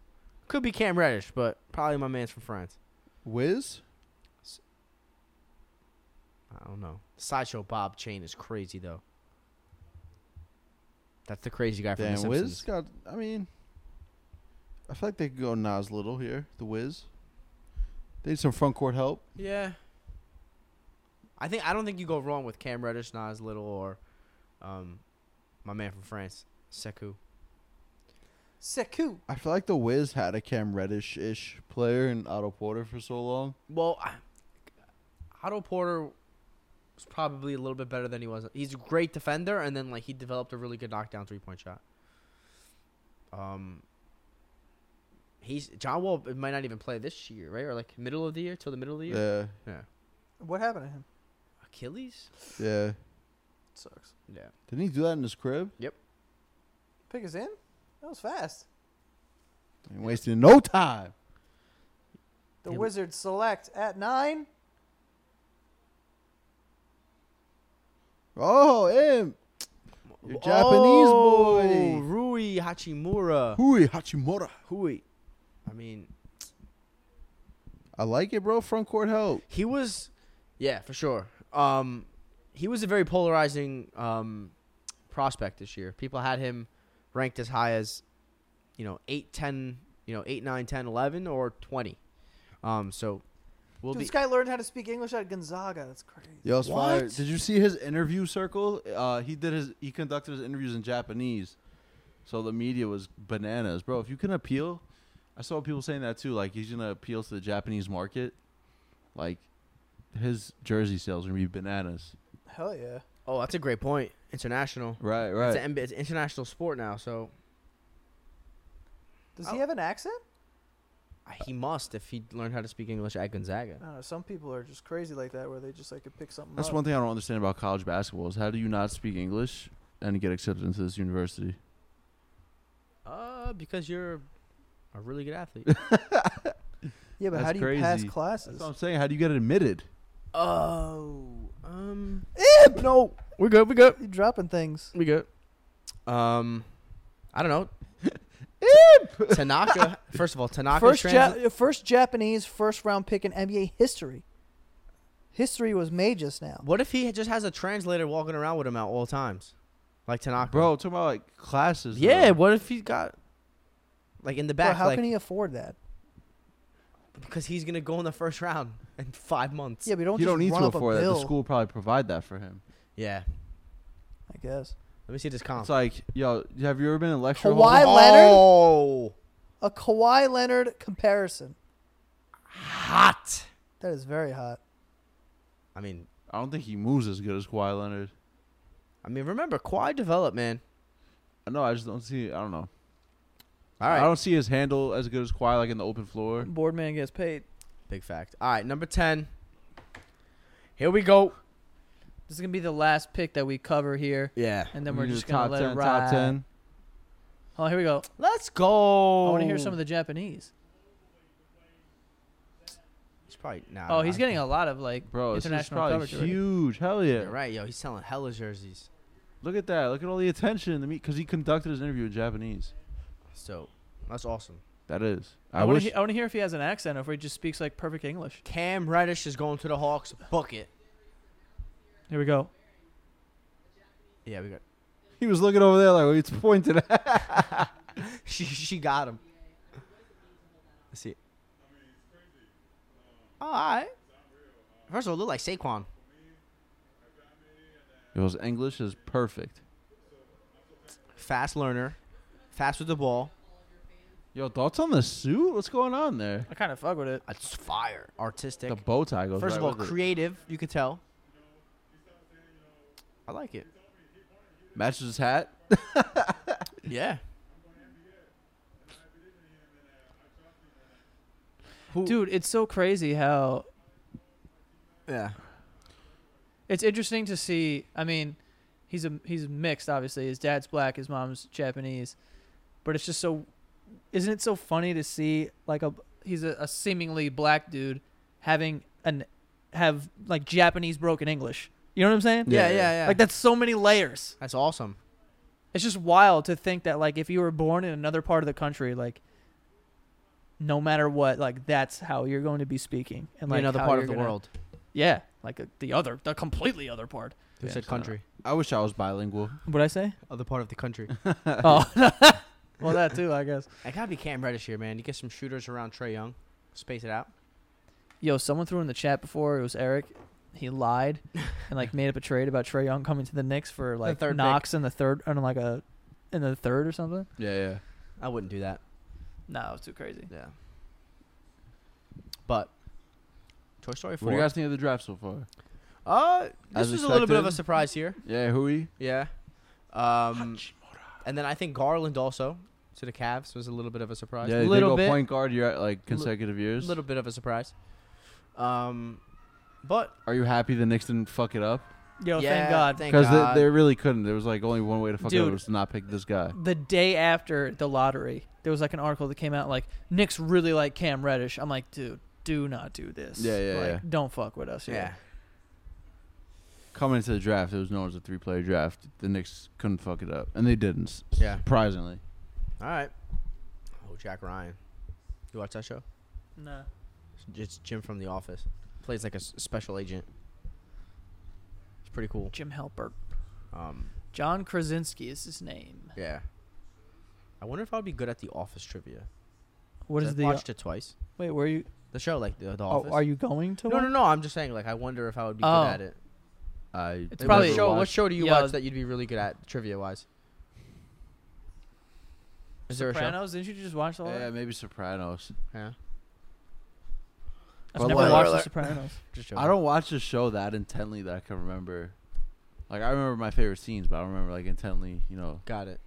Speaker 3: Could be Cam Reddish, but probably my man's from France.
Speaker 2: Wiz.
Speaker 3: I don't know. Sideshow Bob Chain is crazy though. That's the crazy guy from The
Speaker 2: Damn,
Speaker 3: Simpsons.
Speaker 2: Wiz got. I mean, I feel like they could go Nas Little here. The Wiz. They need some front court help.
Speaker 3: Yeah. I think I don't think you go wrong with Cam Reddish, Nas Little, or um, my man from France, Sekou.
Speaker 1: Sekou.
Speaker 2: I feel like the Wiz had a Cam Reddish ish player in Otto Porter for so long.
Speaker 3: Well, I- Otto Porter was probably a little bit better than he was. He's a great defender, and then like he developed a really good knockdown three point shot. Um, he's John Wall might not even play this year, right? Or like middle of the year till the middle of the year.
Speaker 2: Yeah,
Speaker 3: yeah.
Speaker 1: What happened to him?
Speaker 3: Achilles.
Speaker 2: yeah.
Speaker 1: Sucks.
Speaker 3: Yeah.
Speaker 2: Didn't he do that in his crib?
Speaker 1: Pick is in? That was fast.
Speaker 2: He wasted no time.
Speaker 1: The
Speaker 3: Yeah.
Speaker 1: Wizards select at nine.
Speaker 2: Oh, him. Your Japanese
Speaker 3: Oh,
Speaker 2: boy.
Speaker 3: Rui Hachimura.
Speaker 2: Hui Hachimura.
Speaker 3: Hui. I mean,
Speaker 2: I like it, bro. Front court help.
Speaker 3: he was, yeah, for sure. Um, he was a very polarizing um, prospect this year. People had him ranked as high as, you know, 8, 10, you know, 8, 9, 10, 11, or 20. Um, so
Speaker 2: We'll
Speaker 4: Dude,
Speaker 2: be
Speaker 4: this guy learned how to speak English at Gonzaga. That's crazy.
Speaker 2: Yo, it's fire.
Speaker 4: What?
Speaker 2: Did you see his interview circle? Uh, he did his he conducted his interviews in Japanese, so the media was bananas, bro. If you can appeal, I saw people saying that too. Like he's gonna appeal to the Japanese market. Like his jersey sales are gonna be bananas.
Speaker 4: Hell yeah.
Speaker 3: Oh, that's a great point. International.
Speaker 2: Right,
Speaker 3: It's,
Speaker 2: right.
Speaker 3: an, NBA it's an international sport now, so
Speaker 4: Does
Speaker 2: Oh.
Speaker 4: he have an accent?
Speaker 3: he must if he learned how to speak English at Gonzaga.
Speaker 4: I don't know. Some people are just crazy like that, where they just like could pick something
Speaker 2: That's
Speaker 4: up.
Speaker 2: one thing I don't understand about college basketball is how do you not speak English and get accepted into this university?
Speaker 3: Uh, because you're a really good athlete.
Speaker 4: yeah, but how
Speaker 2: That's
Speaker 4: do you pass
Speaker 2: crazy.
Speaker 4: classes?
Speaker 2: That's what I'm saying. How do you get admitted?
Speaker 3: [laughs] oh, um,
Speaker 4: no,
Speaker 3: we're good. We're good.
Speaker 4: you dropping things.
Speaker 3: We good. Um, I don't know. Tanaka. First of all, Tanaka.
Speaker 4: First,
Speaker 3: transla-
Speaker 4: ja- first Japanese first round pick in NBA history. History was made just now.
Speaker 3: what if he just has a translator walking around with him at all times, like Tanaka?
Speaker 2: Bro, talking about like classes.
Speaker 3: Yeah.
Speaker 2: though.
Speaker 3: What if he's got like in the
Speaker 4: Bro,
Speaker 3: back?
Speaker 4: how
Speaker 3: like,
Speaker 4: can he afford that?
Speaker 3: because he's gonna go in the first round [laughs] in five months.
Speaker 4: Yeah, but you don't
Speaker 2: you
Speaker 4: just
Speaker 2: don't need
Speaker 4: run
Speaker 2: to
Speaker 4: up
Speaker 2: afford
Speaker 4: a
Speaker 2: that.
Speaker 4: bill.
Speaker 2: The school probably provide that for him.
Speaker 3: Yeah.
Speaker 4: I guess.
Speaker 3: Let me see this comp.
Speaker 2: It's like, yo, have you ever been in lecture hall?
Speaker 4: Kawhi Leonard,
Speaker 3: oh,
Speaker 4: a Kawhi Leonard comparison.
Speaker 3: hot.
Speaker 4: That is very hot.
Speaker 3: I mean,
Speaker 2: I don't think he moves as good as Kawhi Leonard.
Speaker 3: I mean, remember Kawhi developed, man.
Speaker 2: No, I just don't see. I don't know.
Speaker 3: All right.
Speaker 2: I don't see his handle as good as Kawhi, like in the open floor.
Speaker 1: Boardman gets paid.
Speaker 3: Big fact. All right, number ten. Here we go.
Speaker 1: This is gonna be the last pick that we cover here,
Speaker 3: Yeah.
Speaker 1: and then we're
Speaker 2: Do
Speaker 1: just
Speaker 2: the
Speaker 1: gonna
Speaker 2: top
Speaker 1: let
Speaker 2: 10,
Speaker 1: it ride.
Speaker 2: Top ten.
Speaker 1: Oh, here we go.
Speaker 3: Let's go.
Speaker 1: I want to
Speaker 2: Oh.
Speaker 1: hear some of the Japanese.
Speaker 3: He's probably nah,
Speaker 1: Oh,
Speaker 3: nah,
Speaker 1: he's
Speaker 3: I-
Speaker 1: getting a lot of like
Speaker 2: Bro, this is
Speaker 1: international
Speaker 2: probably
Speaker 1: coverage. already.
Speaker 2: huge. Hell yeah!
Speaker 3: You're right, yo. He's selling hella jerseys.
Speaker 2: Look at that. Look at all the attention to me because he conducted his interview in Japanese.
Speaker 3: So that's awesome.
Speaker 2: That is.
Speaker 1: I
Speaker 2: I,
Speaker 1: want
Speaker 2: wish.
Speaker 1: to. I want to hear if he has an accent or if he just speaks like perfect English.
Speaker 3: Cam Reddish is going to the Hawks. Book it.
Speaker 1: Here we go.
Speaker 3: Yeah, we got. [laughs]
Speaker 2: he was looking over there like [laughs] it's pointed at.
Speaker 3: She she got him. Let's see. Oh, All right. First of all, it look like Saquon.
Speaker 2: It was English is perfect.
Speaker 3: Fast learner, fast with the ball.
Speaker 2: Yo, thoughts on the suit? What's going on there?
Speaker 1: I kind of fuck with it.
Speaker 3: It's fire. Artistic.
Speaker 2: The bow tie goes.
Speaker 3: First of
Speaker 2: right
Speaker 3: all,
Speaker 2: with it.
Speaker 3: creative. You could tell. I like it.
Speaker 2: matches his hat.
Speaker 3: Yeah.
Speaker 1: Dude, it's so crazy how
Speaker 3: Yeah.
Speaker 1: it's interesting to see. I mean, he's a he's mixed. Obviously, his dad's black, his mom's Japanese, but it's just so. Isn't it so funny to see like a he's a, a seemingly black dude having an have like Japanese broken English. You know what I'm saying?
Speaker 3: Yeah, yeah,
Speaker 2: Yeah, yeah.
Speaker 3: yeah.
Speaker 1: Like that's so many layers.
Speaker 3: That's awesome.
Speaker 1: It's just wild to think that like if you were born in another part of the country, like no matter what, like that's how you're going to be speaking and like
Speaker 3: another
Speaker 1: how
Speaker 3: part
Speaker 1: you're
Speaker 3: of the
Speaker 1: gonna-
Speaker 3: world.
Speaker 1: Yeah, like a, the other, the completely other part.
Speaker 3: Who
Speaker 2: Yeah,
Speaker 3: said
Speaker 2: so-
Speaker 3: country?
Speaker 2: I wish I was bilingual.
Speaker 1: What I say?
Speaker 3: Other part of the country.
Speaker 1: [laughs] oh, well that too, I guess.
Speaker 3: I gotta be Cam Reddish here, man. You get some shooters around Trey Young. Space it out.
Speaker 1: Yo, someone threw in the chat before it was Eric. He lied and like made up a trade about Trey Young coming to the Knicks for like
Speaker 3: third pick.
Speaker 1: Knox in the third and like a in the third or something.
Speaker 2: Yeah, yeah.
Speaker 3: I wouldn't do that.
Speaker 1: No, it was too crazy.
Speaker 3: Yeah. But Toy Story
Speaker 2: What
Speaker 3: Four.
Speaker 2: do you guys think of the draft so far?
Speaker 3: uh, this
Speaker 2: As
Speaker 3: was a little bit of a
Speaker 2: expected?
Speaker 3: surprise here.
Speaker 2: Yeah, Hui.
Speaker 3: Yeah. Um, and then I think Garland also to the Cavs was a little bit of a surprise.
Speaker 2: Yeah,
Speaker 3: a
Speaker 2: they
Speaker 3: little
Speaker 2: go
Speaker 3: bit.
Speaker 2: point guard year like consecutive
Speaker 3: A
Speaker 2: years.
Speaker 3: little bit of a surprise. Um, but
Speaker 2: Are you happy the Knicks didn't fuck it up?
Speaker 1: Yo,
Speaker 3: yeah,
Speaker 1: thank God.
Speaker 3: Thank
Speaker 2: Because
Speaker 3: God.
Speaker 2: they, they really couldn't. There was like only one way to fuck it
Speaker 1: Dude.
Speaker 2: up was to not pick this guy.
Speaker 1: the day after the lottery, there was like an article that came out like Knicks really like Cam Reddish. I'm like, dude, do not do this.
Speaker 2: Yeah, yeah,
Speaker 1: like,
Speaker 2: yeah.
Speaker 1: Don't fuck with us. Here.
Speaker 3: yeah.
Speaker 2: Coming into the draft, it was known as a three player draft. The Knicks couldn't fuck it up, and they didn't. s-
Speaker 3: Yeah.
Speaker 2: surprisingly.
Speaker 3: All right. Oh, Jack Ryan. You watch that show?
Speaker 1: No.
Speaker 3: It's Jim from The Office. Plays like a s- special agent. It's pretty cool.
Speaker 1: Jim Halpert.
Speaker 3: Um,
Speaker 1: John Krasinski is his name.
Speaker 3: yeah. I wonder if I'd be good at The Office trivia.
Speaker 1: What
Speaker 3: 'Cause
Speaker 1: is
Speaker 3: I've
Speaker 1: the uh,
Speaker 3: watched it twice.
Speaker 1: wait? Where you?
Speaker 3: The show, like the, the
Speaker 8: Oh,
Speaker 3: office.
Speaker 8: are you going to?
Speaker 3: No,
Speaker 8: one?
Speaker 3: no, no. I'm just saying. Like, I wonder if I would be
Speaker 1: Oh.
Speaker 3: good at it.
Speaker 2: I
Speaker 1: It's
Speaker 3: Like,
Speaker 1: probably-
Speaker 3: what show. What show do you
Speaker 1: Yeah.
Speaker 3: watch that you'd be really good at trivia wise? Is there a show?
Speaker 1: Sopranos? Didn't you just watch all
Speaker 2: Yeah,
Speaker 1: that?
Speaker 2: maybe Sopranos.
Speaker 3: Yeah.
Speaker 1: I've
Speaker 2: but
Speaker 1: never
Speaker 2: like-
Speaker 1: watched The
Speaker 3: [laughs]
Speaker 1: Sopranos.
Speaker 3: Just
Speaker 2: I don't watch the show that intently that I can remember. Like I remember my favorite scenes, but I don't remember like intently, you know,
Speaker 3: Got it.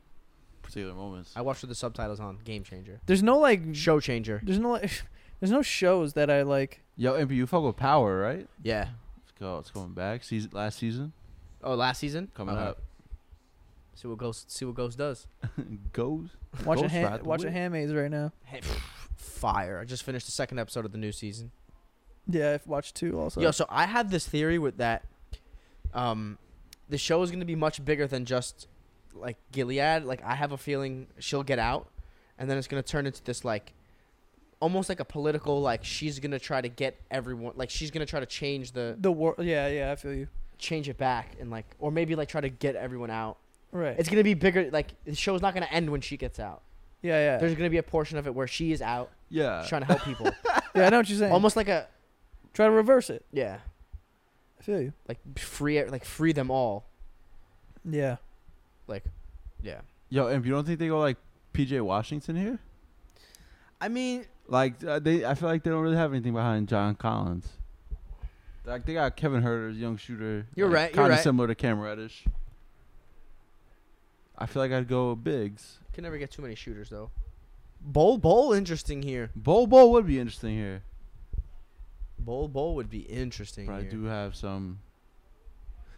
Speaker 2: particular moments.
Speaker 3: I watched with the subtitles on. Game changer.
Speaker 1: There's no like.
Speaker 3: Show changer.
Speaker 1: There's no like. [laughs] There's no shows that I
Speaker 3: [laughs]
Speaker 1: like.
Speaker 2: Yo, MP, you fuck with Power, right?
Speaker 3: Yeah.
Speaker 2: Let's go. It's coming back. Season last season
Speaker 3: Oh, last season.
Speaker 2: coming
Speaker 3: Okay.
Speaker 2: up. [laughs]
Speaker 3: See what Ghost. See what Ghost does.
Speaker 2: Goes.
Speaker 1: Watching
Speaker 2: Ghost
Speaker 1: ha-
Speaker 2: Rider.
Speaker 1: watching Handmaids right now.
Speaker 3: Fire. I just finished the second episode of the new season.
Speaker 1: Yeah, I've watched two also.
Speaker 3: Yo, so I have this theory with that. Um, the show is going to be much bigger than just like Gilead. Like I have a feeling she'll get out, and then it's going to turn into this like, almost like a political like she's going to try to get everyone like she's going to try to change the
Speaker 1: the war. Yeah, yeah, I feel you.
Speaker 3: change it back and like or maybe like try to get everyone out.
Speaker 1: Right.
Speaker 3: It's going to be bigger. Like the show's not going to end when she gets out.
Speaker 1: yeah, yeah.
Speaker 3: There's going to be a portion of it where she is out,
Speaker 2: Yeah.
Speaker 3: she's trying to help people.
Speaker 1: yeah, I know what you're saying.
Speaker 3: almost like a
Speaker 1: try to reverse it.
Speaker 3: yeah,
Speaker 1: I feel you.
Speaker 3: like free like free them all.
Speaker 1: Yeah.
Speaker 3: Like yeah.
Speaker 2: Yo, MP, you don't think they go like PJ Washington here?
Speaker 3: I mean,
Speaker 2: Like uh, they, I feel like they don't really have anything behind John Collins. Like they got Kevin Herter, young shooter.
Speaker 3: You're
Speaker 2: like,
Speaker 3: right, you're
Speaker 2: kinda
Speaker 3: right.
Speaker 2: similar to Cam Reddish. I feel like I'd go Biggs.
Speaker 3: Can never get too many shooters though. Bowl bowl interesting here.
Speaker 2: Bowl Bowl would be interesting here,
Speaker 3: Bowl bowl would be interesting.
Speaker 2: but I
Speaker 3: here.
Speaker 2: do have some.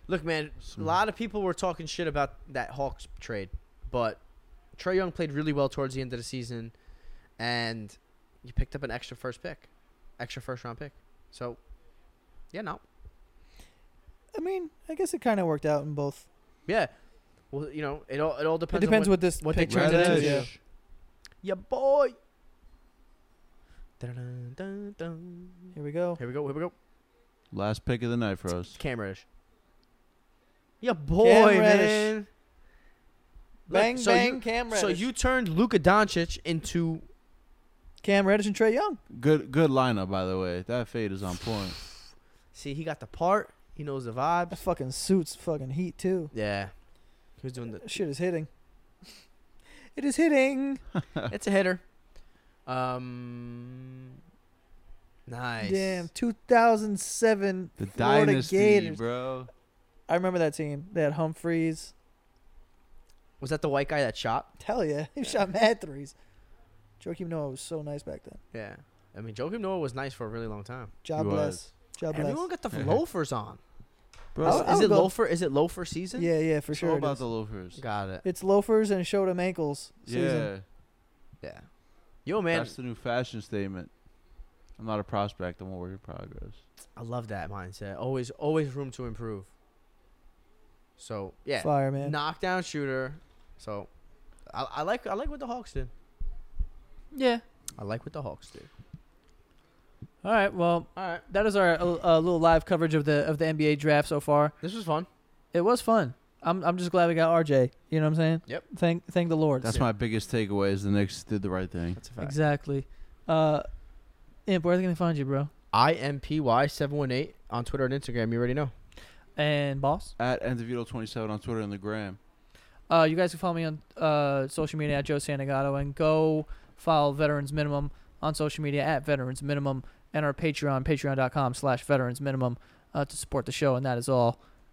Speaker 3: Look, man, a
Speaker 2: some
Speaker 3: lot of people were talking shit about that Hawks trade, but Trey Young played really well towards the end of the season, and you picked up an extra first pick, extra first round pick. So, yeah, no,
Speaker 1: I mean, I guess it kind of worked out in both.
Speaker 3: yeah. Well, you know, it all it all
Speaker 1: It
Speaker 3: depends.
Speaker 1: depends
Speaker 3: on
Speaker 1: what this
Speaker 3: what
Speaker 1: pick
Speaker 3: they turn
Speaker 1: turns into.
Speaker 2: Reddish.
Speaker 1: Yeah.
Speaker 3: Yeah, boy. Dun, dun, dun.
Speaker 1: Here we go.
Speaker 3: Here we go. Here we go.
Speaker 2: Last pick of the night for us.
Speaker 3: Cam Reddish. Yeah, boy,
Speaker 1: Reddish.
Speaker 3: man. Look,
Speaker 1: Bang
Speaker 3: so
Speaker 1: bang,
Speaker 3: you-
Speaker 1: Cam Reddish.
Speaker 3: So you turned Luka Doncic into
Speaker 1: Cam Reddish and Trey Young.
Speaker 2: Good good lineup, by the way. That fade is on point.
Speaker 3: see he got the part, he knows the
Speaker 1: That
Speaker 3: vibes.
Speaker 1: fucking suits fucking heat too.
Speaker 3: Yeah, he
Speaker 1: [laughs]
Speaker 3: was doing the.
Speaker 1: That Shit is hitting. It is hitting.
Speaker 3: it's a hitter. Um, nice.
Speaker 1: Damn, 2007. [laughs]
Speaker 2: The
Speaker 1: Florida
Speaker 2: dynasty,
Speaker 1: Gators.
Speaker 2: bro.
Speaker 1: I remember that team. They had Humphreys.
Speaker 3: Was that the white guy that shot?
Speaker 1: Hell yeah, [laughs] he shot mad threes. Joakim Noah was so nice back then.
Speaker 3: Yeah. I mean, Joakim Noah was nice for a really long time.
Speaker 1: Job
Speaker 2: He was.
Speaker 1: bless. Job bless.
Speaker 3: Everyone got the loafers on.
Speaker 2: Bro,
Speaker 1: I
Speaker 3: Is,
Speaker 1: would- I
Speaker 3: is
Speaker 1: would
Speaker 3: it
Speaker 1: go-
Speaker 3: loafer? Is it loafer season?
Speaker 1: Yeah, yeah, for
Speaker 2: it's
Speaker 1: sure.
Speaker 2: all
Speaker 1: it
Speaker 2: about
Speaker 1: is.
Speaker 2: the loafers.
Speaker 3: Got it.
Speaker 1: It's loafers and showed him ankles. Season.
Speaker 2: Yeah,
Speaker 3: Yeah. Yo, man,
Speaker 2: that's the new fashion statement. I'm not a prospect. I'm a work in progress.
Speaker 3: I love that mindset. Always, always room to improve. So yeah,
Speaker 1: Fire, man.
Speaker 3: knockdown shooter. So, I, I like I like what the Hawks did.
Speaker 1: Yeah.
Speaker 3: I like what the Hawks did.
Speaker 1: All right. Well,
Speaker 3: All right,
Speaker 1: that is our uh, uh, little live coverage of the of the NBA draft so far.
Speaker 3: this was fun.
Speaker 1: It was fun. I'm I'm just glad we got RJ. You know what I'm saying?
Speaker 3: Yep.
Speaker 1: Thank thank the Lord.
Speaker 2: That's my biggest takeaway: is the Knicks did the right thing.
Speaker 3: That's a
Speaker 1: exactly. Uh, Imp, where are they gonna find you, bro?
Speaker 3: IMPY seven one eight on Twitter and Instagram. You already know.
Speaker 1: And boss.
Speaker 2: At Endovito27 on Twitter and the gram.
Speaker 1: Uh, you guys can follow me on uh, social media at Joe Santagato and go follow Veterans Minimum on social media at Veterans Minimum and our Patreon, patreon.com slash Veterans Minimum uh, to support the show. And that is all.